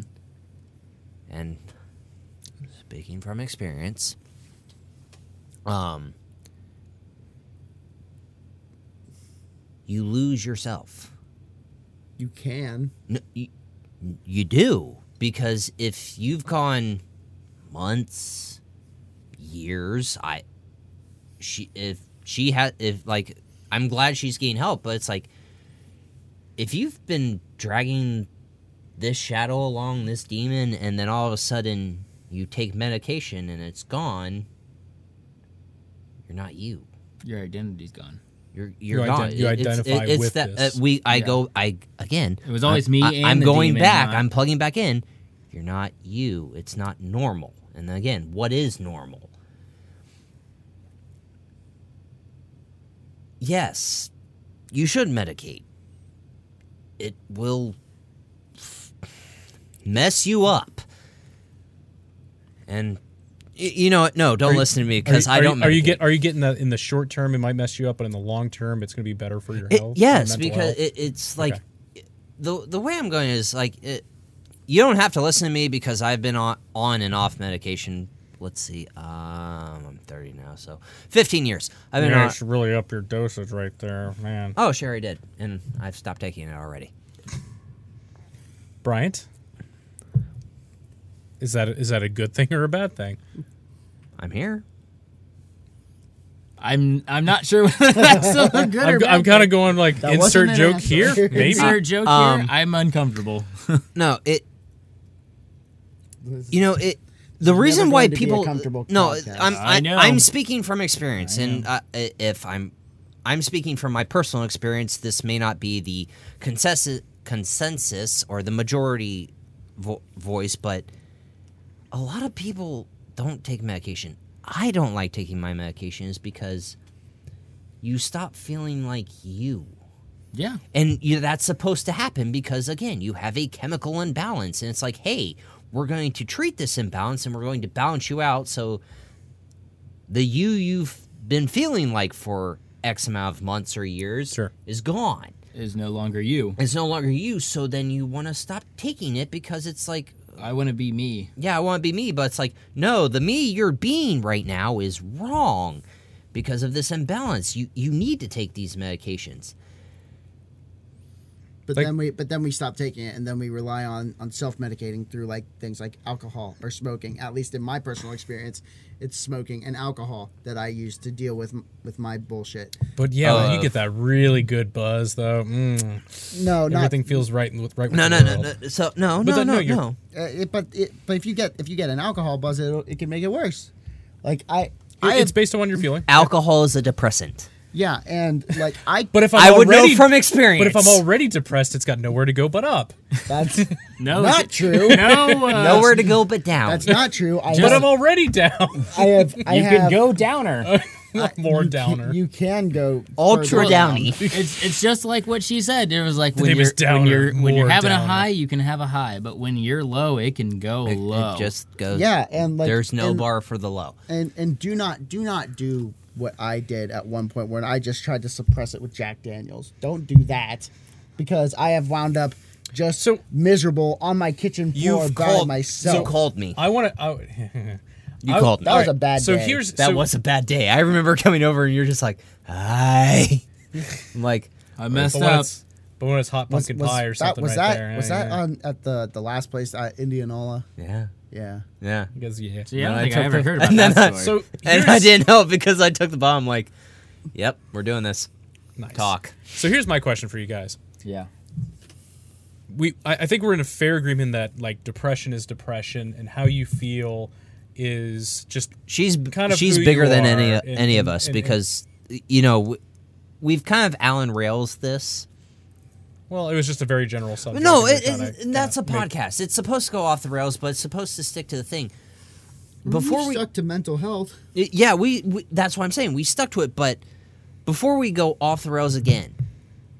And speaking from experience, um, you lose yourself. You can. No, you, you do because if you've gone months, years, I she if she had if like I'm glad she's getting help, but it's like if you've been dragging this shadow along this demon and then all of a sudden you take medication and it's gone, you're not you. Your identity's gone. You're you're You iden- not. you It- it's- identify it- it's with that, this. Uh, we. I go. I again. It was always me I, and I'm the going demon, back. not- I'm plugging back in. You're not you. It's not normal. And again, what is normal? Yes, you should medicate. It will f- mess you up. And y- you know what? No, don't you- listen to Are me you- because I are you- don't. Are you medicate. get? Are you getting that in the short term? It might mess you up, but in the long term, it's going to be better for your It- health. your yes, mental because health. it, it's like the the way I'm going is like it, you don't have to listen to me because I've been on on and off medication. Let's see, um, I'm 30 now, so 15 years. I've been yeah, on. it's really up your dosage right there, man. Oh, Sherry did, and I've stopped taking it already. Bryant, is that is that a good thing or a bad thing? I'm here. I'm I'm not sure [LAUGHS] whether that's still a good or I'm, bad I'm kind of going like That insert wasn't an joke answer. [LAUGHS] here, maybe. Insert joke Um, here. I'm uncomfortable. No, it. You know it. The reason why going to be a people comfortable no, podcast. I'm I I, know. I'm speaking from experience, and uh, i- if I'm I'm speaking from my personal experience, this may not be the consensus consensus or the majority vo- voice, but a lot of people don't take medication. I don't like taking my medications because you stop feeling like you. yeah. And you know, that's supposed to happen because, again, you have a chemical imbalance. And it's like, hey, we're going to treat this imbalance and we're going to balance you out. So the you you've been feeling like for X amount of months or years Sure. is gone. Is no longer you. It's no longer you. So then you want to stop taking it because it's like, I want to be me. yeah, I want to be me, but it's like, no, the me you're being right now is wrong because of this imbalance. You you need to take these medications. But Like- then we but then we stop taking it and then we rely on on self medicating through like things like alcohol or smoking. At least in my personal experience, it's smoking and alcohol that I use to deal with m- with my bullshit. But yeah, when Uh, you get that really good buzz though. Mm, No, not everything feels right and with right. With the No, no, no, world. no. So no, But no, then, no, no, you're- no. uh, it, but it, but if you get if you get an alcohol buzz, it it can make it worse. Like I I It- It's have, based on your feeling. alcohol is a depressant. yeah, and like I But if I'm I would know already, from experience. but if I'm already depressed, it's got nowhere to go but up. [LAUGHS] that's No. not it's- true. Oh, [LAUGHS] No. [LAUGHS] Uh, nowhere to go but down. [LAUGHS] That's not true. I But I'm have, already [LAUGHS] down. I have I You have could go downer. More you downer. Can, you can go further Ultra down. downy. it's it's just like what she said. It was like when name you're, is when downer, you're when more you're having downer. a high, you can have a high, but when you're low, it can go [LAUGHS] It, low. it just goes. Yeah, and like there's no and- bar for the low. and and do not do not do what I did at one point when I just tried to suppress it with Jack Daniels. Don't do that because I have wound up just So- miserable on my kitchen floor You've by called myself. You called me. I want to. You called me. that was a bad So day. here's That so- was a bad day. I remember [LAUGHS] coming over and you're just like, [LAUGHS] "Hi." I'm like, I messed But when, up. it's, but when it's hot Was- pumpkin was pie or that- something right was that there. was yeah, that yeah. on at the the last place at Indianola? "Yeah, Yeah. yeah." Because, yeah. See, I don't I think I took ever the- [LAUGHS] heard about and then I- that story. So And I here's- didn't know because I took the bomb. Like, "Yep, we're doing this." Nice. Talk. So here's my question for you guys. yeah. we I, I think we're in a fair agreement that like depression is depression and how you feel is just She's kind of she's who bigger you than are any and- any of us and- and- because you know we- we've kind of Alan rails this. well it was just a very general subject No, and it, we're kinda- it, and that's a kinda make- podcast. It's supposed to go off the rails, but it's supposed to stick to the thing. We're Before we, stuck to mental health. yeah, we, we that's what I'm saying. We stuck to it, but before we go off the rails again,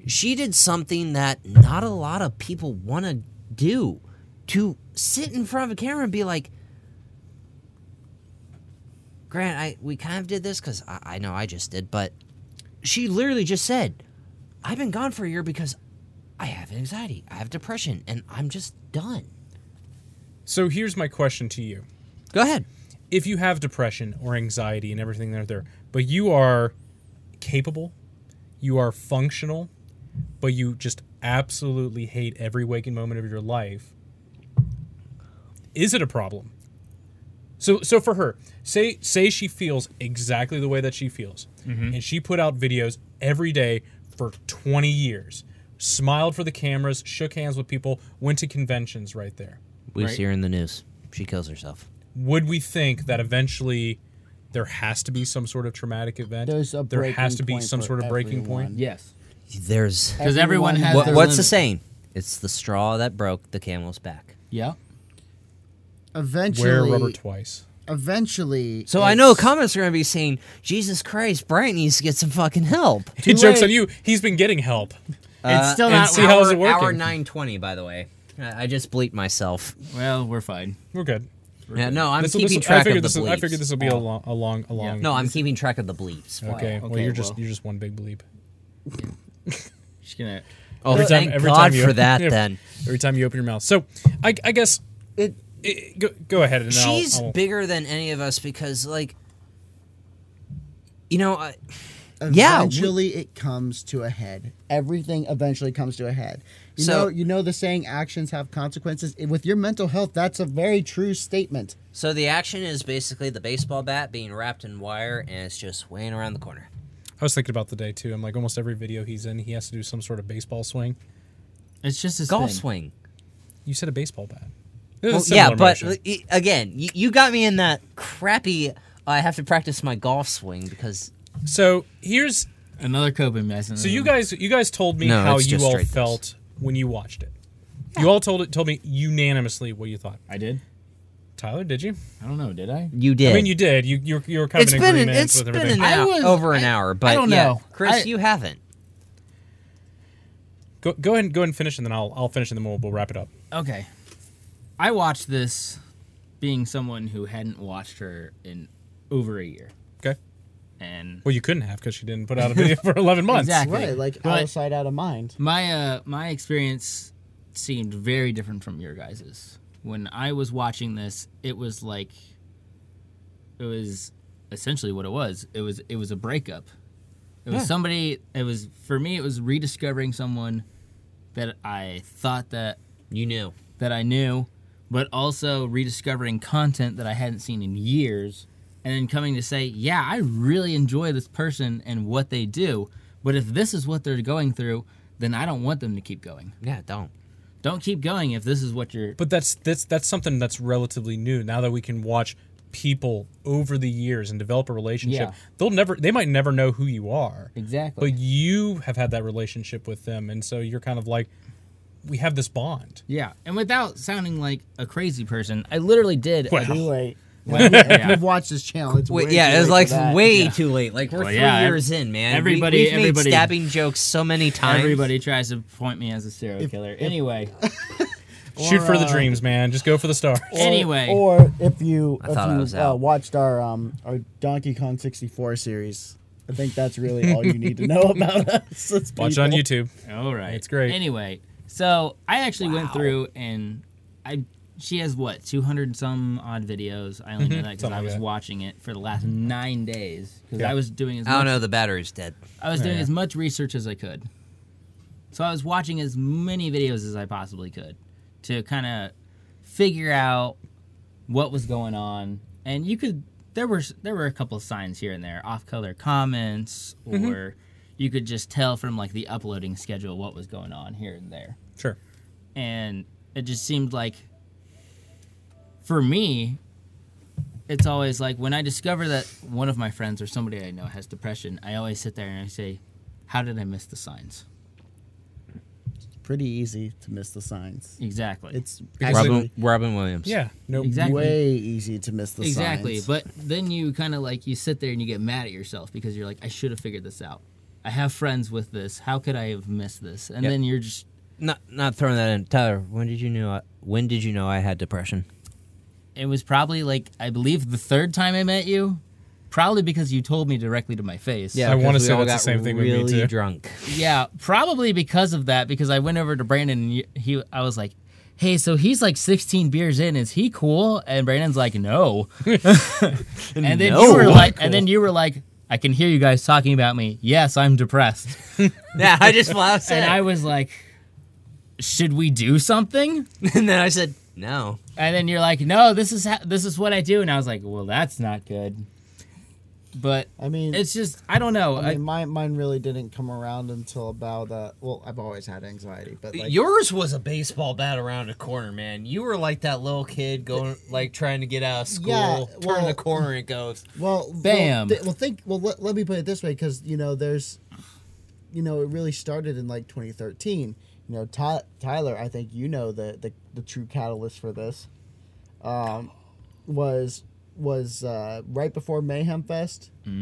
she did something that not a lot of people want to do. To sit in front of a camera and be like, Grant, I we kind of did this because I, I know I just did, but she literally just said, "I've been gone for a year because I have anxiety, I have depression, and I'm just done." so here's my question to you Go ahead. if you have depression or anxiety and everything that are there but you are capable you are functional but you just absolutely hate every waking moment of your life is it a problem so so for her say say she feels exactly the way that she feels and she put out videos every day for 20 years smiled for the cameras shook hands with people went to conventions right there We Right. see her in the news. She kills herself. would we think that eventually there has to be some sort of traumatic event. There's a there has breaking to be point some for sort of breaking point. everyone. Yes. There's Because everyone, Everyone has. has what, their what's the limit. saying? It's the straw that broke the camel's back. Yeah. Eventually, Wear rubber twice. eventually. So I know it's- comments are gonna be saying, "Jesus Christ, Brian needs to get some fucking help." [LAUGHS] He jokes on you. He's been getting help. it's still and not. see how- how's it Hour working? nine twenty, by the way. I I just bleeped myself. well, we're fine. We're good. Yeah, no, I'm This'll- keeping this'll- I track figured of the this. bleeps. I Oh. figured this will be a long, a long, a long. No, I'm keeping track of the bleeps. Okay. Well, Okay, you're just well. you're just one big bleep. Just gonna. Oh, Every time- thank every God time you- for [LAUGHS] that. yeah. Then Every time you open your mouth. So I, I guess it, it, go, go ahead and then I'll- she's I'll, bigger than any of us because, like, you know, uh, I, yeah, we- Eventually, it comes to a head. Everything eventually comes to a head. You So- know, you know the saying, "Actions have consequences." It- With your mental health, that's a very true statement. so the action is basically the baseball bat being wrapped in wire and it's just weighing around the corner. I was thinking about the day too. I'm like almost every video he's in, he has to do some sort of baseball swing. It's just his Golf thing. swing. You said a baseball bat. Well, yeah, but i- again, you, you got me in that crappy. I have to practice my golf swing because so here's Another coping mechanism. so you guys you guys told me No, how it's you just all straight dips. felt when you watched it. You all told it told me unanimously what you thought. I did. Tyler, did you? I don't know. Did I? you did. I mean, you did. You you were, you were kind it's of in been an, agreement it's with been everything. an I hour, was- over an I- hour, but don't yeah. know. Chris, I- you haven't. go, go ahead and go ahead and finish, and then I'll I'll finish, and then we'll, we'll wrap it up. Okay. I watched this, being someone who hadn't watched her in over a year, Okay. and Well, you couldn't have because she didn't put [LAUGHS] out a video for 11 months. Exactly. Right, like But- out of sight, out of mind. My uh, my experience seemed very different from your guys's. When I was watching this, it was like it was essentially what it was. It was it was a breakup. It was somebody. It was for me. It was rediscovering someone that I thought that You knew. that I knew, but also rediscovering content that I hadn't seen in years, and then coming to say, yeah, I really enjoy this person and what they do, but if this is what they're going through, then I don't want them to keep going. Yeah, don't. Don't keep going if this is what you're. But that's that's that's something that's relatively new. Now that we can watch people over the years and develop a relationship, Yeah. they'll never they might never know who you are. Exactly. But you have had that relationship with them, and so you're kind of like, we have this bond. yeah, and without sounding like a crazy person, I literally did. Well, Too late. [LAUGHS] Well, If yeah. you've watched this channel, it's Wait, way too yeah, it was late like for that. way too late. Like we're Well, three yeah, ev- years in, man. everybody- we, have everybody- made stabbing jokes so many times. Everybody tries to point me as a serial killer. anyway, Shoot for the dreams, man. Just go for the [LAUGHS] stars. Or- anyway, or if you if thought I was you uh, out. watched our um our Donkey Kong 64 series, I think that's really all you need to [LAUGHS] know about us. as Watch on people. YouTube. All right. It's great. Anyway, so I actually went through and I she has what 200 and some odd videos. I only know that Mm-hmm. because Something I like was that. Mm-hmm. watching it for the last 9 days cuz Yeah. I was doing as I don't much know. The battery's dead. I was doing Yeah. as much research as I could. So I was watching as many videos as I possibly could to kind of figure out what was going on. And you could there were there were a couple of signs here and there, off color comments or you could just tell from like the uploading schedule what was going on here and there. Sure. And it just seemed like for me it's always like when I discover that one of my friends or somebody I know has depression, I always sit there and I say, "How did I miss the signs?" Pretty easy to miss the signs. Exactly. It's Because actually it- Robin Williams. Yeah. No. Exactly. way easy to miss the exactly. signs. But then you kind of like you sit there and you get mad at yourself because you're like, "I should have figured this out. I have friends with this. How could I have missed this?" And Yeah. then you're just Not not throwing that in. Tyler, when did you know? I, when did you know I had depression? it was probably like I believe the third time I met you, probably because you told me directly to my face. I because wanna we say all that's the got same thing with me, really too. drunk. Yeah, probably because of that. Because I went over to Brandon and y- he, I was like, "Hey, so he's like 16 beers in. Is he cool?" And Brandon's like, [LAUGHS] "No." and then you No. were like, and then you were like, "I can hear you guys talking about me. Yes, I'm depressed." [LAUGHS] yeah, I just [LAUGHS] laughed [LAUGHS] and and, I was like, "Should we do something?" [LAUGHS] and then I said no. And then you're like, "No, this is ha- this is what I do." And I was like, "Well, that's not good." But I mean, it's just I don't know. I I mean, mine, mine really didn't come around until about uh well I've always had anxiety but like Yours was a baseball bat around a corner, man. You were like that little kid going, like trying to get out of school, Yeah, turn the well- corner, and goes. well well, Bam. th- well think well let, let me put it this way because you know there's you know it really started in like 2013 you know Ty- Tyler I think you know the the, the true catalyst for this um was was uh, right before Mayhem Fest you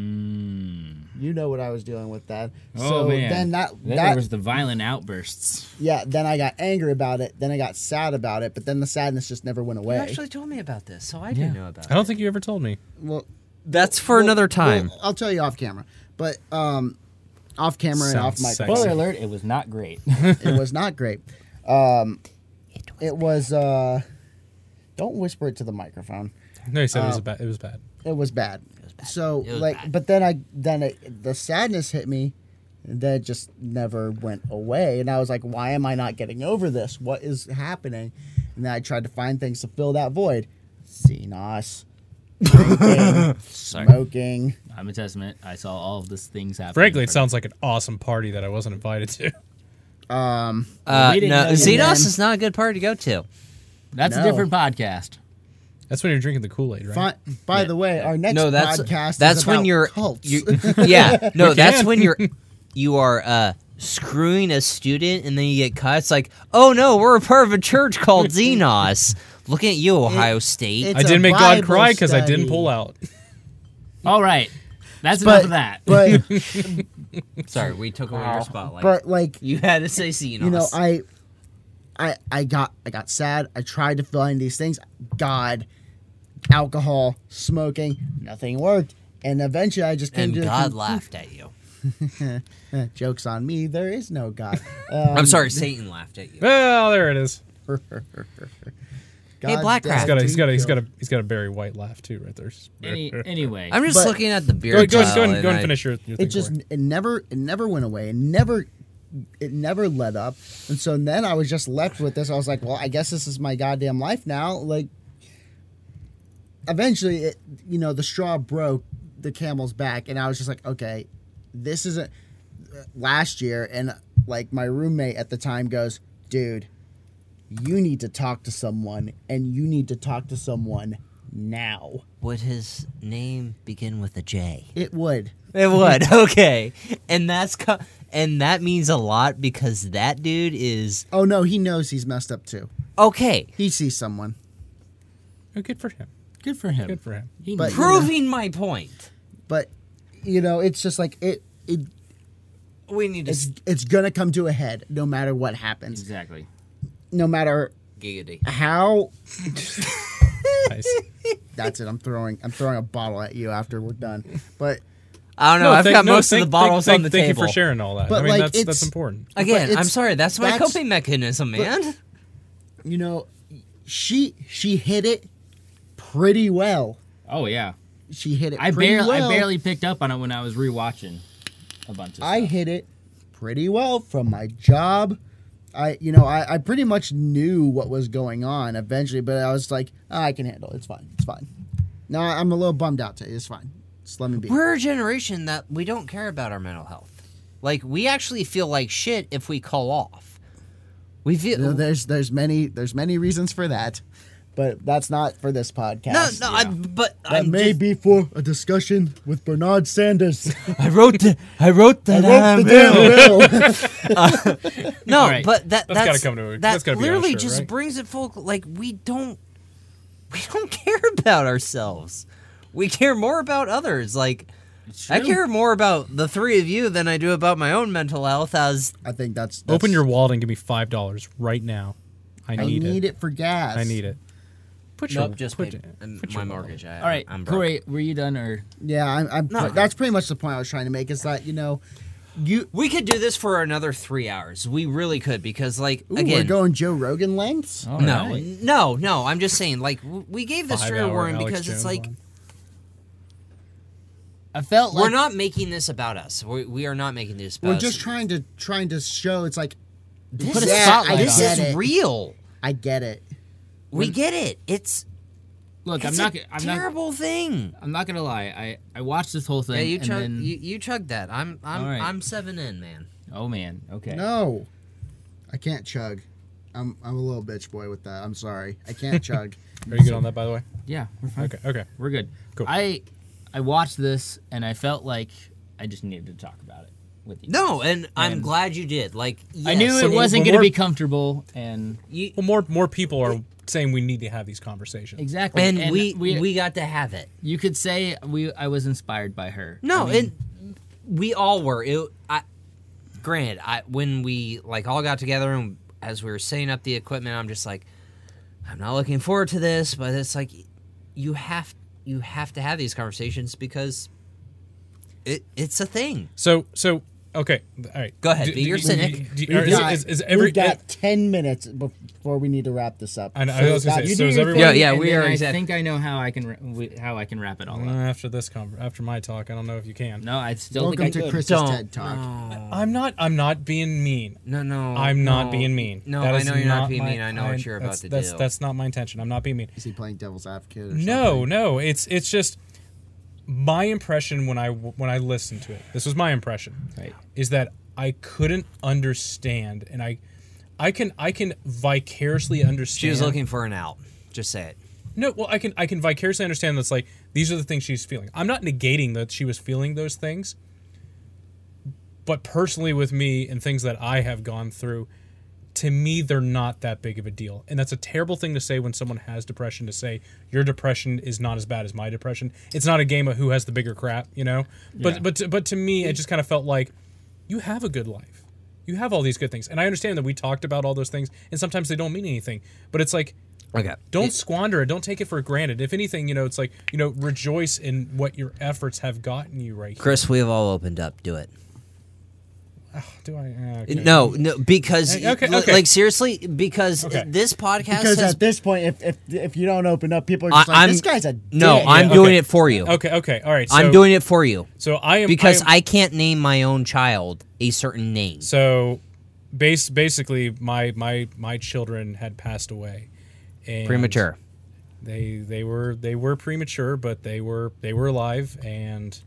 know what I was dealing with that so then that Mm. Oh, Then that there was the violent outbursts. Yeah, then I got angry about it. Then I got sad about it. But then the sadness just never went away. You actually told me about this, so I didn't know about I it. don't think you ever told me. well, That's for well, another time. well, I'll tell you off camera. But um, off camera and off Sounds mic, sexy. Spoiler alert: It was not great. [LAUGHS] it was not great. Um, it was. Uh, don't whisper it to the microphone. No, you said it was Oh. bad. It was bad. It was bad. So was like, bad. but then I then it, the sadness hit me. and That just never went away, and I was like, "Why am I not getting over this? What is happening?" And then I tried to find things to fill that void. [LAUGHS] Xenos, drinking, smoking. I'm a testament. I saw all of these things happen. Frankly, it sounds like an awesome party that I wasn't invited to. [LAUGHS] Um, Uh, We didn't no, know you Xenos then. is not a good party to go to. that's a No. different podcast. That's when you're drinking the Kool Aid, right? fi- by the way, our next no, that's podcast. that's is when about you're, [LAUGHS] cults. you- [LAUGHS] yeah. No, that's when you're you are uh, screwing a student and then you get cut. It's like, oh no, we're a part of a [LAUGHS] church called Xenos. Looking at you, Ohio State. it- I it's did a make God Bible cry because I study. didn't pull out. [LAUGHS] All right, that's But- enough of that. [LAUGHS] but Sorry, we took away your spotlight. but like you had to say Xenos. you know i i i got i got sad i tried to fill in these things god alcohol smoking nothing worked and eventually i just came and to the God con- [LAUGHS] laughed at you. Eh, jokes on me there is no god [LAUGHS] Um, I'm sorry, Satan laughed at you. Well, there it is. [LAUGHS] God Black damn Rat. He's got a he's got a he's detail. got a he's got a Barry White laugh too right there. [LAUGHS] Any, anyway, I'm just But- looking at the beer. Go, go, tile go, and, go and I- finish your, your it thing. just Corey. it never it never went away it never it never let up and so then i was just left with this i was like well i guess this is my goddamn life now like eventually it you know the straw broke the camel's back and i was just like okay this isn't last year and like my roommate at the time goes dude you need to talk to someone and you need to talk to someone now Would his name begin with a J? it would [LAUGHS] It would. Okay, and that's co- and that means a lot because that dude is oh no he knows he's messed up too okay. he sees someone Oh, good for him. good for him. Good for [LAUGHS] him. He But- knew. Proving my point. but you know it's just like it it We need to it's, it's gonna come to a head no matter what happens exactly. no matter giggity. how Nice. that's it i'm throwing i'm throwing a bottle at you after we're done but I don't know. I've thank- got no, most thank- of the bottles thank, on the thank, table. Thank you for sharing all that. But, I mean, like, that's that's it's- important. But Again, I'm it's- sorry. That's my that's- coping mechanism, man. you know she she hit it pretty well Oh yeah, she hit it I pretty barely well. I barely picked up on it when I was rewatching a bunch of. I stuff. hit it pretty well from my job. I, you know, I, I pretty much knew what was going on eventually, but I was like, "Ah, I can handle it. It's fine. It's fine. No, I'm a little bummed out today. It's fine. Just let me be. We're a generation that we don't care about our mental health. Like we actually feel like shit if we call off. We feel You know, there's there's many there's many reasons for that, but that's not for this podcast. no, no. I, but That I'm may just- be for a discussion with [LAUGHS] Bernard Sanders. I wrote the. I wrote I that. Um, wrote the damn [LAUGHS] bill. no. right. But that That's gotta that's come to a- that that's gotta be literally honest, just right? brings it full. Like we don't we don't [LAUGHS] care about ourselves. We care more about others. Like I true. care more about the three of you than I do about my own mental health. As I think that's, that's Open your wallet and give me five dollars right now. I I need, it. for gas. I need it. Put your nope, just put, paid put my your wallet. mortgage. I, All right, I'm broke. Corey, were you done or? Yeah, I'm. I'm No. That's pretty much the point I was trying to make. Is that you know, you We could do this for another three hours. We really could because, like, Ooh, again, we're going Joe Rogan lengths. All no, right. no, no. I'm just saying, like, w- we gave this trigger Five-hour warning Alex because Jones it's like line. I felt like we're not making this about us. We, we are not making this about. We're us. just trying to trying to show it's like This, put a is- spotlight this on is it. real. I get it. We get it. It's Look, That's I'm not. a g- I'm not. terrible thing. I'm not gonna lie. I I watched this whole thing. Yeah, you and chug, then- you, you chugged that. I'm I'm All right. I'm seven in, man. oh man. Okay. No, I can't chug. I'm I'm a little bitch boy with that. I'm sorry. [LAUGHS] I can't chug. Are you good on that, by the way? Yeah, we're fine. Okay. Okay. We're good. Cool. I I watched this and I felt like I just needed to talk about it with you. No, and I'm And- glad you did. Like I knew Yes, it and wasn't when going to we're- be comfortable, and you, Well, more more people are saying we need to have these conversations. exactly, and, we, we got to have it. you could say we I was inspired by her. No, I mean, and we all were. It, I, granted, I when we like all got together and as we were setting up the equipment, I'm just like, I'm not looking forward to this, but it's like, you have you have to have these conversations because it it's a thing. So so okay. All right. Go ahead, be your cynic. do- We've or is- got, is- is every- we've got ten minutes before we need to wrap this up. I know, I was gonna that- say, so is everyone- Yeah, Oh, yeah, and we then are I exact- think I know how I can ra- we- how I can wrap it all Uh, up. after this con- after my talk, I don't know if you can. No, I still Welcome think I to could. Chris's Don't. TED Talk. I'm not. I'm not being mean. No, no, I'm not Oh, no. being mean. No, That I is know you're not, not being my- mean. I know what you're about that's- to that's, do. That's not my intention. I'm not being mean. Is he playing devil's advocate? Or No, something? no. It's it's just my impression when I when I listened to it. This was my impression. Right. Is that I couldn't understand, and I, I can I can vicariously understand. she was looking for an out. Just say it. No, well, I can I can vicariously understand that's like these are the things she's feeling. I'm not negating that she was feeling those things, but personally with me and things that I have gone through, to me they're not that big of a deal, and that's a terrible thing to say when someone has depression. To say your depression is not as bad as my depression, it's not a game of who has the bigger crap, you know. But Yeah. but to, but to me, it just kind of felt like you have a good life. You have all these good things. And I understand that we talked about all those things and sometimes they don't mean anything. But it's like Okay. don't squander it. Don't take it for granted. If anything, you know, it's like you know, rejoice in what your efforts have gotten you right here. Chris, we have all opened up. Do it. Do I? eh, okay. No, no, because Hey, okay, li- okay. like seriously, because Okay. this podcast Because has. at this point, if, if if you don't open up, people are just I- like, I'm- "This guy's a no, dick." I'm Yeah, doing okay. it for you. Okay. Okay. All right. So, I'm doing it for you So I am I. because am- I, can't name my own child a certain name. so, base basically, my my my children had passed away. And Premature. They they were they were premature, but they were they were alive. And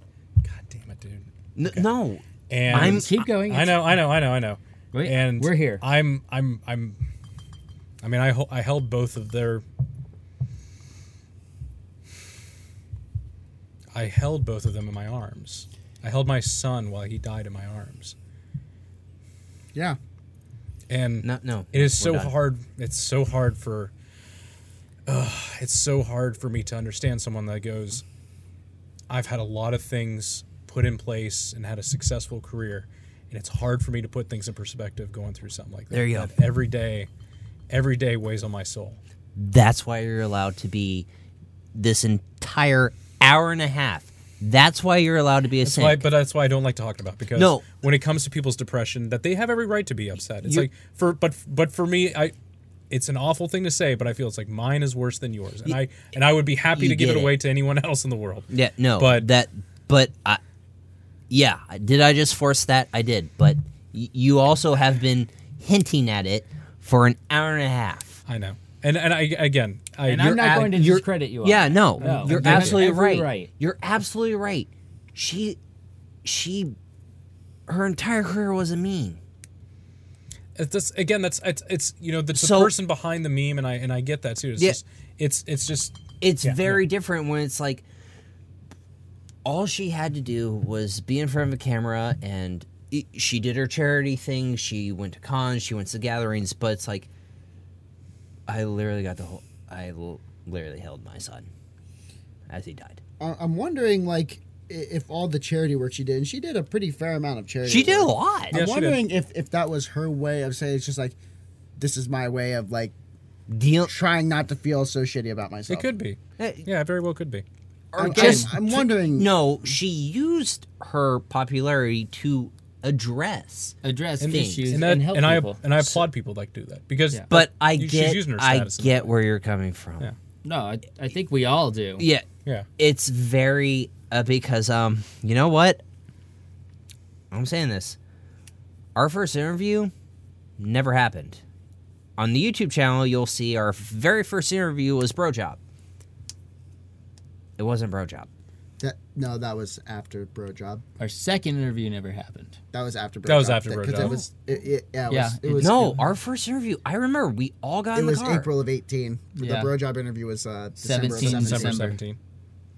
God damn it, dude. N- No, And I'm- Keep going. I know, I know, I know, I know. Wait, and we're here. I'm, I'm, I'm. I mean, I, hel- I held both of their. I held both of them in my arms. I held my son while he died in my arms, yeah. and no, no. it is we're so done. hard. It's so hard for. Ugh, it's so hard for me to understand someone that goes. I've had a lot of things put in place and had a successful career, and it's hard for me to put things in perspective going through something like that. There you go. That Every day, every day weighs on my soul. That's why you're allowed to be this entire hour and a half. That's why you're allowed to be a That's why, saint. but that's why I don't like talking about because No. when it comes to people's depression, that they have every right to be upset. It's You- like for but but for me, I it's an awful thing to say, but I feel it's like mine is worse than yours, and I and I would be happy You to give get it it. away to anyone [LAUGHS] else in the world. Yeah, no, But- but that, but I, yeah, I- did I just force that? I did, but y- you also have been hinting at it for an hour and a half. I know, and and I again, I and I'm you're- not ab- going to you're- discredit you. on Yeah, that. no, No, you're you have absolutely every right. right. You're absolutely right. She, she, her entire career was a meme. it's- that's again, that's it's, it's you know it's So- the person behind the meme, and I and I get that too. It's Yeah. just it's it's just It's Yeah, very different when it's like all she had to do was be in front of a camera and i- she did her charity thing. She went to cons, she went to gatherings, but it's like I literally got the whole. I l- literally held my son as he died. I- I'm wondering, like, i- if all the charity work she did, and she did a pretty fair amount of charity. She did a work. lot. Yeah, she I'm did. wondering if if that was her way of saying it's just like, this is my way of like Deal. trying not to feel so shitty about myself. it could be, Hey. yeah, it very well could be. I'm, uh, just- I'm, I'm wondering. No, she used her popularity to address. Address And- issues And and, that help I people. and I applaud people like do that because Yeah. But I Oh, you- she's get, using her I status in that get where you're coming from. Yeah. no, I, I think we all do. yeah. yeah. it's very uh, because um you know what i'm saying this our first interview never happened on the youtube channel you'll see our very first interview was bro job It wasn't bro job. That no, that was after bro job. Our second interview never happened. That was after bro That was job. after Bro 'cause Job. It was it, it, yeah, it Yeah, was, it- it was no, our first interview. I remember we all got It in the was car. April of 18. Yeah. The bro job interview was uh, December 17, of 17. December 17. December.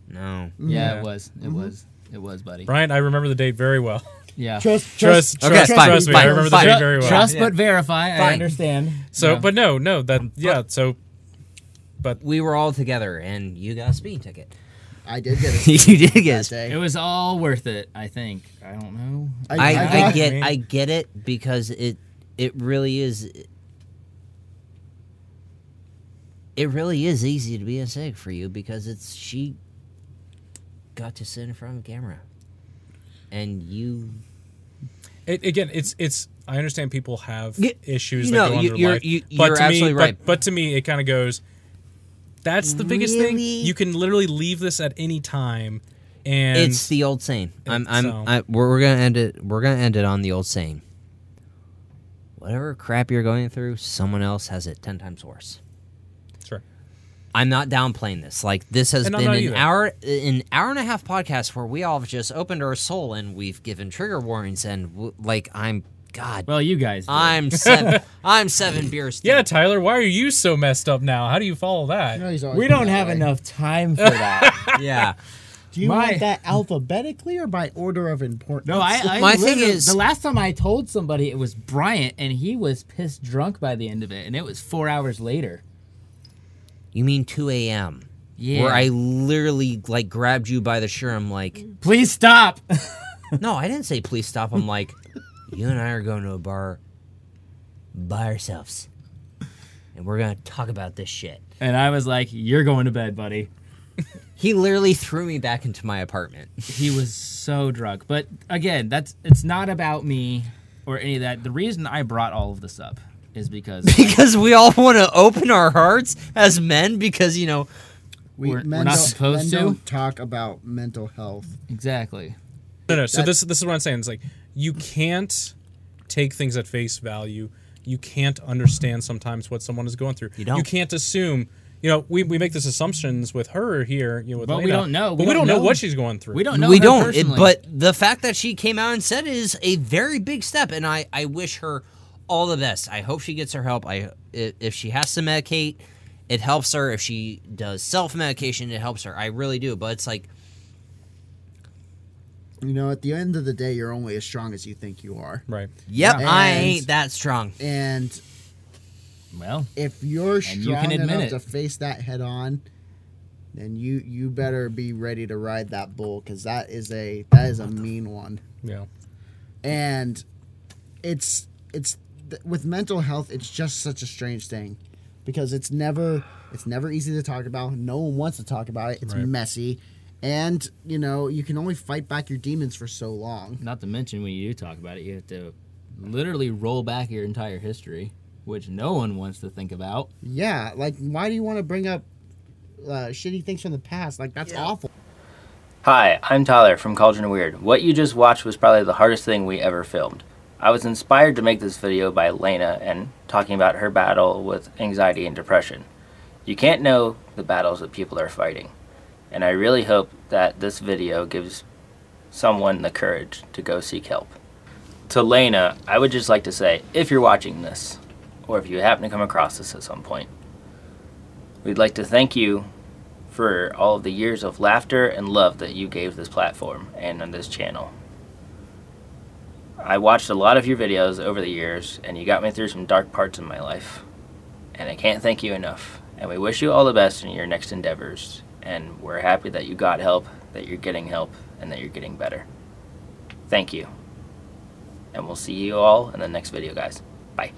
No, Yeah, Yeah. it was. Mm-hmm. It was. It was, buddy. Brian, I remember the date very well. Yeah. Trust, Trust, Okay, trust, fine, trust me. I fine, remember fine. the date very well. Trust but verify. I Fine. understand. So, Yeah. but no, no, that yeah. So, but we were all together, and you got a speeding ticket. I did get it [LAUGHS] you did get. a that speeding- day. it was all worth it. I think. I don't know. I, I, got- get Man. I get it because it it really is it really is easy to be a seg for you because it's she got to sit in front of the camera and you it, again, it's it's. I understand people have Y- issues you that know, go on you- in their you're- life, you- but you're to me, absolutely but- right. But, to me, it kind of goes. That's the biggest thing. Really? You can literally leave this at any time, and it's the old saying. I'm I'm so- I, we're, we're gonna end it we're gonna end it on the old saying. Whatever crap you're going through, someone else has it ten times worse. Sure. I'm not downplaying this. Like this has And I'm been not an either. hour, an hour and a half podcast where we all have just opened our soul and we've given trigger warnings and w- like I'm God, Well, you guys. [LAUGHS] did. I'm seven, I'm seven beers. Yeah, deep. Tyler, why are you so messed up now? How do you follow that? No, he's always we been don't that have way. enough time for [LAUGHS] that. yeah. Do you My- want that alphabetically or by order of importance? no, I. I My thing literally- is- the last time I told somebody it was Bryant, and he was pissed drunk by the end of it, and it was four hours later. You mean 2 a.m. Yeah. Where I literally like grabbed you by the shirt. I'm [LAUGHS] like, Please stop. [LAUGHS] no, I didn't say please stop. I'm like, you and I are going to a bar by ourselves, and we're gonna talk about this shit. and I was like, "You're going to bed, buddy." He literally threw me back into my apartment. he was so drunk. But again, that's it's not about me or any of that. The reason I brought all of this up is because because we all want to open our hearts as men because you know we, we're- men we're not don't- supposed men to. Don't talk about mental health. exactly. No, no. So this this is what I'm saying. It's like you can't take things at face value. You can't understand sometimes what someone is going through. You don't. You can't assume. You know, we, we make these assumptions with her here. You know, with But we Lena, don't know. We But we don't don't know know. what she's going through. We don't know. we her don't it, personally. but the fact that she came out and said it is a very big step and i i wish her all the best i hope she gets her help i i- if she has to medicate it helps her if she does self-medication it helps her i really do but it's like You know, at the end of the day, you're only as strong as you think you are. Right. yep i And- ain't that strong And well, if you're strong And you can admit enough it. to face that head on, then you you better be ready to ride that bull because that is a that is a mean one. Yeah. and it's it's th- with mental health it's just such a strange thing because it's never it's never easy to talk about no one wants to talk about it it's Right. messy and you know you can only fight back your demons for so long not to mention when you do talk about it, you have to literally roll back your entire history, which no one wants to think about. yeah like why do you want to bring up uh, shitty things from the past like that's awful Hi, I'm Tyler from Cauldron of Weird. What you just watched was probably the hardest thing we ever filmed. I was inspired to make this video by Lena and talking about her battle with anxiety and depression. You can't know the battles that people are fighting, and I really hope that this video gives someone the courage to go seek help. To Lena, I would just like to say if you're watching this, or if you happen to come across this at some point, we'd like to thank you for all of the years of laughter and love that you gave this platform and on this channel. I watched a lot of your videos over the years, and you got me through some dark parts of my life. And I can't thank you enough. And we wish you all the best in your next endeavors. And we're happy that you got help, that you're getting help, and that you're getting better. Thank you. And we'll see you all in the next video, guys. Bye.